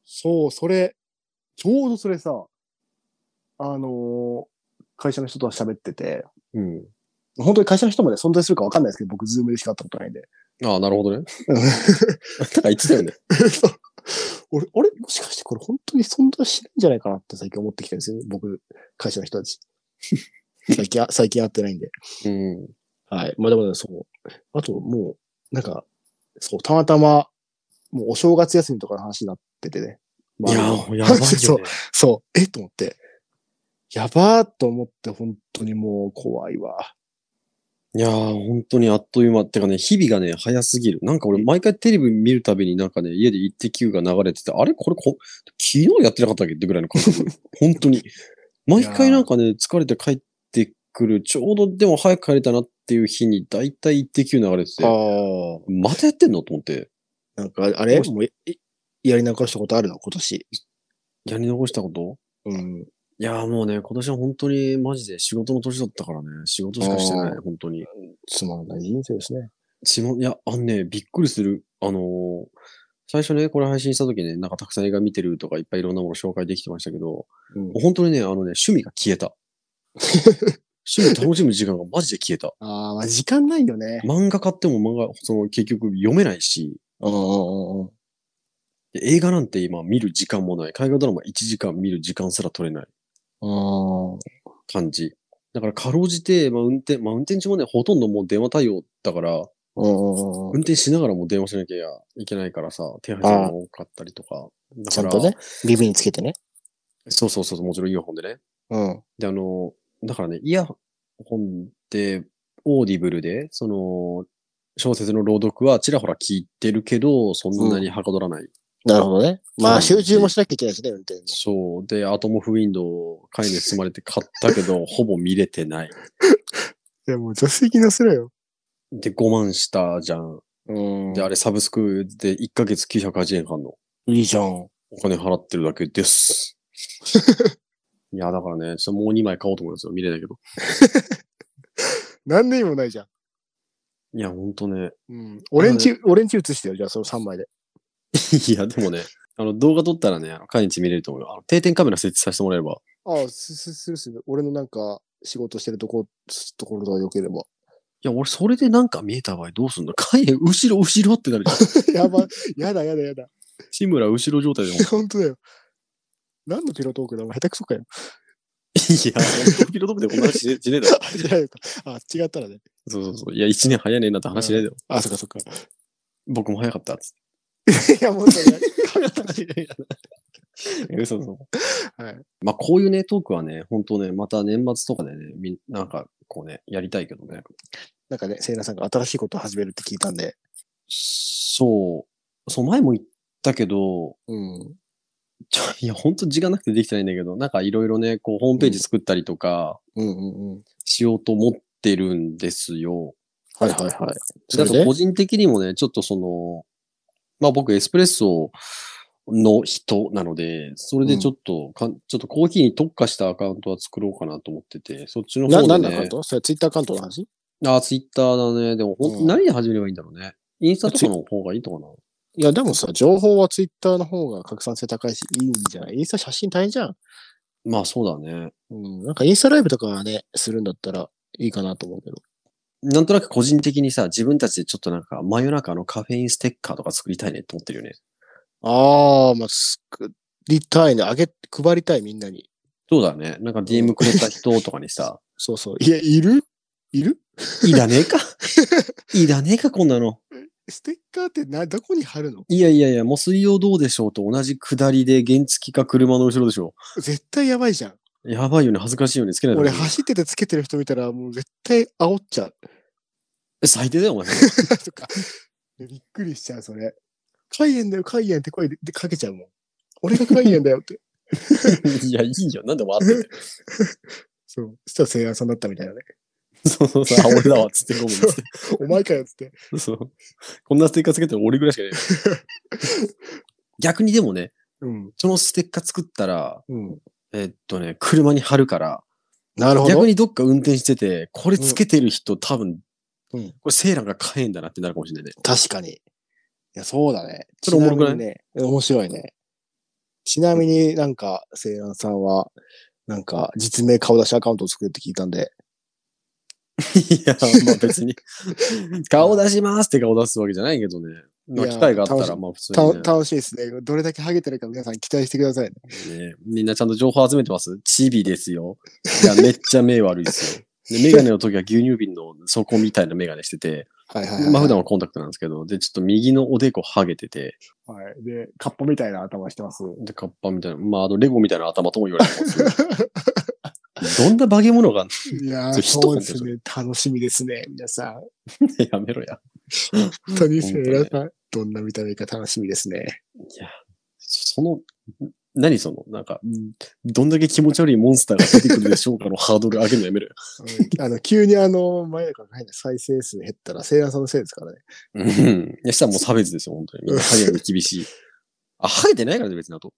Speaker 1: そう、それ、ちょうどそれさ、あのー会社の人と喋ってて、
Speaker 2: うん。
Speaker 1: 本当に会社の人まで存在するかわかんないですけど、僕、ズームでしか会ったことないんで。
Speaker 2: ああ、なるほど ね。なんか言ってたよね。
Speaker 1: そう 俺、あれもしかしてこれ本当に存在しないんじゃないかなって最近思ってきてるんですよね。僕、会社の人たち。最近、最近会ってないんで。
Speaker 2: うん。
Speaker 1: はい。まあでもね、そう。あと、もう、なんか、そう、たまたま、もうお正月休みとかの話になっててね。まあ
Speaker 2: いや、や ばい
Speaker 1: そ
Speaker 2: よ
Speaker 1: う、
Speaker 2: ね。
Speaker 1: そう、えと思って。やばーと思って、本当にもう怖いわ。
Speaker 2: いやー、本当にあっという間。てかね、日々がね、早すぎる。なんか俺、毎回テレビ見るたびになんかね、家でイッテ Q が流れてて、あれこれこ、昨日やってなかったっけってぐらいの感 覚。本当に。毎回なんかね、疲れて帰ってくる。ちょうどでも早く帰れたなっていう日に、だいたいイッテ Q 流れてて、
Speaker 1: あ。
Speaker 2: またやってんのと思って。
Speaker 1: なんか、あれもう、いやり残したことあるの今年。
Speaker 2: やり残したこと
Speaker 1: うん。
Speaker 2: いやーもうね、今年は本当にマジで仕事の年だったからね、仕事しかしてない
Speaker 1: あ、ー
Speaker 2: 本当に。
Speaker 1: つまらない人生ですね。
Speaker 2: ちま、いや、あのね、びっくりする。あのー最初ね、これ配信した時ね、なんかたくさん映画見てるとか、いっぱいいろんなもの紹介できてましたけど、
Speaker 1: うん
Speaker 2: もう本当にね、あのね、趣味が消 えた。趣味楽しむ時間がマジで消えた。
Speaker 1: ああ、まあ時間ないよね。
Speaker 2: 漫画買っても漫画、その結局読めないし、
Speaker 1: うんうんうん。
Speaker 2: で映画なんて今見る時間もない。海外ドラマ1時間見る時間すら取れない
Speaker 1: あ
Speaker 2: 感じ。だからかろうじて、まあ運転、まあ運転中もね、ほとんどもう電話対応だから、
Speaker 1: あ
Speaker 2: 運。転しながらも電話しなきゃいけないからさ、手配するのが多かったりとか。だ
Speaker 1: ち
Speaker 2: か
Speaker 1: ゃ
Speaker 2: ら
Speaker 1: んとね、リビにつけてね。
Speaker 2: そうそうそう、もちろんイヤホンでね。
Speaker 1: うん。
Speaker 2: で、あの、だからね、イヤホンで、オーディブルで、その、小説の朗読はちらほら聞いてるけど、そんなにはかどらない。
Speaker 1: なるほどね。ま
Speaker 2: う
Speaker 1: あ、
Speaker 2: ん
Speaker 1: 集中もしなきゃいけないしね、運転に。
Speaker 2: そう。で、アトモフウィンドウ、買いに包まれて買ったけど、ほぼ見れてない。
Speaker 1: いや、もう助手席乗せろよ。
Speaker 2: で、5万したじゃん。
Speaker 1: うん
Speaker 2: で、あれサブスクで1ヶ月980円半の
Speaker 1: いいじゃん。
Speaker 2: お金払ってるだけです。いや、だからね、ちょっともう2枚買おうと思いますよ。見れないけど。
Speaker 1: 何年もないじゃん。
Speaker 2: いや、ほんとね。
Speaker 1: うん。俺んち、俺んち映してよ、じゃあ、その3枚で。
Speaker 2: いや、でもね、あの、動画撮ったらね、あの毎日見れると思うよ。あの定点カメラ設置させてもらえれば。
Speaker 1: ああ、す、す、するする。俺のなんか、仕事してるとこ、すところが良ければ。
Speaker 2: いや、俺、それでなんか見えた場合どうすんの影、後ろ、後ろってなるじ ゃん。
Speaker 1: やば、やだやだやだ。
Speaker 2: 志村、後ろ状態でもん。いや、
Speaker 1: 本当だよ。何のピロトークだお前下手くそかよ。
Speaker 2: ピロトークでこんな話しねしねえだろ。
Speaker 1: あじゃないか。あ、違ったらね。
Speaker 2: そうそうそう。いや、1年早いねんなって話しねえだろ。
Speaker 1: あ、そっかそっか。
Speaker 2: 僕も早かったっつって。
Speaker 1: いや、もうそれ。
Speaker 2: いや 嘘嘘。
Speaker 1: はい。
Speaker 2: まあ、こういうね、トークはね、本当ね、また年末とかでね、みんなんか、こうね、やりたいけどね。
Speaker 1: なんかね、セイナさんが新しいことを始めるって聞いたんで。
Speaker 2: そう。そう、前も言ったけど、
Speaker 1: うん。
Speaker 2: ちょ いや、本当時間なくてできてないんだけど、なんかいろいろね、こう、ホームページ作ったりとか、
Speaker 1: うんうんうん。
Speaker 2: しようと思ってるんですよ。
Speaker 1: はいはいはい。
Speaker 2: だ
Speaker 1: それ
Speaker 2: と
Speaker 1: で
Speaker 2: 個人的にもね、ちょっとその、まあ僕、エスプレッソの人なので、それでちょっと、かんちょっとコーヒーに特化したアカウントは作ろうかなと思ってて、そっちの
Speaker 1: な、
Speaker 2: 方
Speaker 1: 何の
Speaker 2: で
Speaker 1: アカウ
Speaker 2: ね
Speaker 1: ン。トそれツイッターアカウントの話
Speaker 2: あ、ツイッターだね。でも、ほん
Speaker 1: うん
Speaker 2: 何で始めればいいんだろうね。インスタとかの方がいいとかな。
Speaker 1: いや、でもさ、情報はツイッターの方が拡散性高いし、いいんじゃないインスタ写真大変じゃん。
Speaker 2: まあそうだね。
Speaker 1: うん。なんかインスタライブとかね、するんだったらいいかなと思うけど。
Speaker 2: なんとなく個人的にさ、自分たちでちょっとなんか、真夜中のカフェインステッカーとか作りたいねって思ってるよね。
Speaker 1: ああ、まあ、作りたいね。あげ、配りたいみんなに。
Speaker 2: そうだね。なんか DM くれた人とかにさ、
Speaker 1: そうそう。いや、いるいる
Speaker 2: いらねえ かいらねえか、こんなの。
Speaker 1: ステッカーってな、どこに貼るの
Speaker 2: いやいやいや、もう水曜どうでしょうと同じ下りで原付か車の後ろでしょ
Speaker 1: 絶対やばいじゃん。
Speaker 2: う。やばいよね、恥ずかしいよね、つけないだろ
Speaker 1: 俺走っててつけてる人見たらもう絶対煽っちゃう。
Speaker 2: 最低だ よ、お前。
Speaker 1: とか。びっくりしちゃう、それ。海炎だよ、海炎って声ででかけちゃうもん。俺が海炎だよって。
Speaker 2: いや、いいよ、なんでもあ ってんだよ。
Speaker 1: そう。そしたら聖安さんだったみたいなね。
Speaker 2: そうそうそう、あ俺だわ、つってごめん、つって。
Speaker 1: お前かよっつって。
Speaker 2: そう。こんなステッカーつけてる俺ぐらいし かいない。逆にでもね、
Speaker 1: うん。
Speaker 2: そのステッカー作ったら、
Speaker 1: うん。
Speaker 2: えっとね、車に貼るから、
Speaker 1: なるほど。
Speaker 2: 逆にどっか運転してて、これつけてる人、多分、
Speaker 1: うん
Speaker 2: これセーランが買えんだなってなるかもしれないね。
Speaker 1: 確かに。いや、そうだね。
Speaker 2: それおもろくない
Speaker 1: ちみにね、面白いね。ちなみになんか、セイランさんは、なんか、実名顔出しアカウントを作るって聞いたんで、
Speaker 2: いや、まあ 別に。顔出しますって顔出すわけじゃないけどね。まあ
Speaker 1: いや
Speaker 2: 機会があった
Speaker 1: 楽
Speaker 2: ら、
Speaker 1: し
Speaker 2: まあ普通
Speaker 1: た
Speaker 2: にね、
Speaker 1: 楽しいですね。どれだけハゲてるか皆さん期待してくださいね。
Speaker 2: ね。みんなちゃんと情報集めてますチビですよ。いや、めっちゃ目悪いで すよ。で、メガネの時は牛乳瓶の底みたいなメガネしてて、
Speaker 1: はいはいはい、
Speaker 2: まあ普段はコンタクトなんですけど、で、ちょっと右のおでこハゲてて、
Speaker 1: はい。で、カッパみたいな頭してます。
Speaker 2: で、カッパみたいな、まああの、レゴみたいな頭とも言われてますよ どんな化け物が、
Speaker 1: いやー、
Speaker 2: それ一言
Speaker 1: そうですね。楽しみですね。皆さん。
Speaker 2: やめろや。
Speaker 1: 本当に
Speaker 2: 本
Speaker 1: セ
Speaker 2: 当ね
Speaker 1: イランさん、どんな見た目か楽しみですね。
Speaker 2: いや、その、何その、なんか、どんだけ気持ち悪いモンスターが出てくるでしょうかのハードル上げるのやめる。
Speaker 1: あの、急にあの、前から変な再生数減ったら、セイランさんのせいですからね。
Speaker 2: うん。いや、したらもう差別ですよ、本当に。みんなハゲに厳しい。あ、ハゲてないからね、別にあと。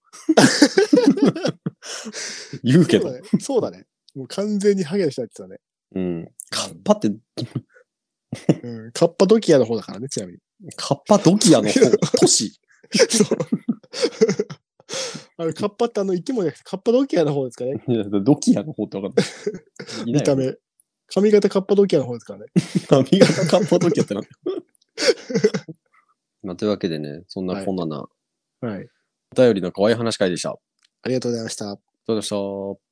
Speaker 2: 言うけ
Speaker 1: そう
Speaker 2: ど。
Speaker 1: だね。そうだね。もう完全にハゲの人だって言って
Speaker 2: うん。カッパって、
Speaker 1: たね。うん。カッパドキアの方だからね、ちなみに。
Speaker 2: カッパドキアの方都市。
Speaker 1: そう。あれ、カッパってあの生き物じゃなくて、カッパドキアの方ですかね。
Speaker 2: いやドキアの方って分かん ない。
Speaker 1: 見た
Speaker 2: い
Speaker 1: 目。髪型カッパドキアの方ですからね。
Speaker 2: ない。髪型カッパドキアって なんだまあ、というわけでね、そんなこんなな、
Speaker 1: はい。
Speaker 2: お便りの可愛い話会でした。あ
Speaker 1: ありがとうございました。
Speaker 2: りがとうございました。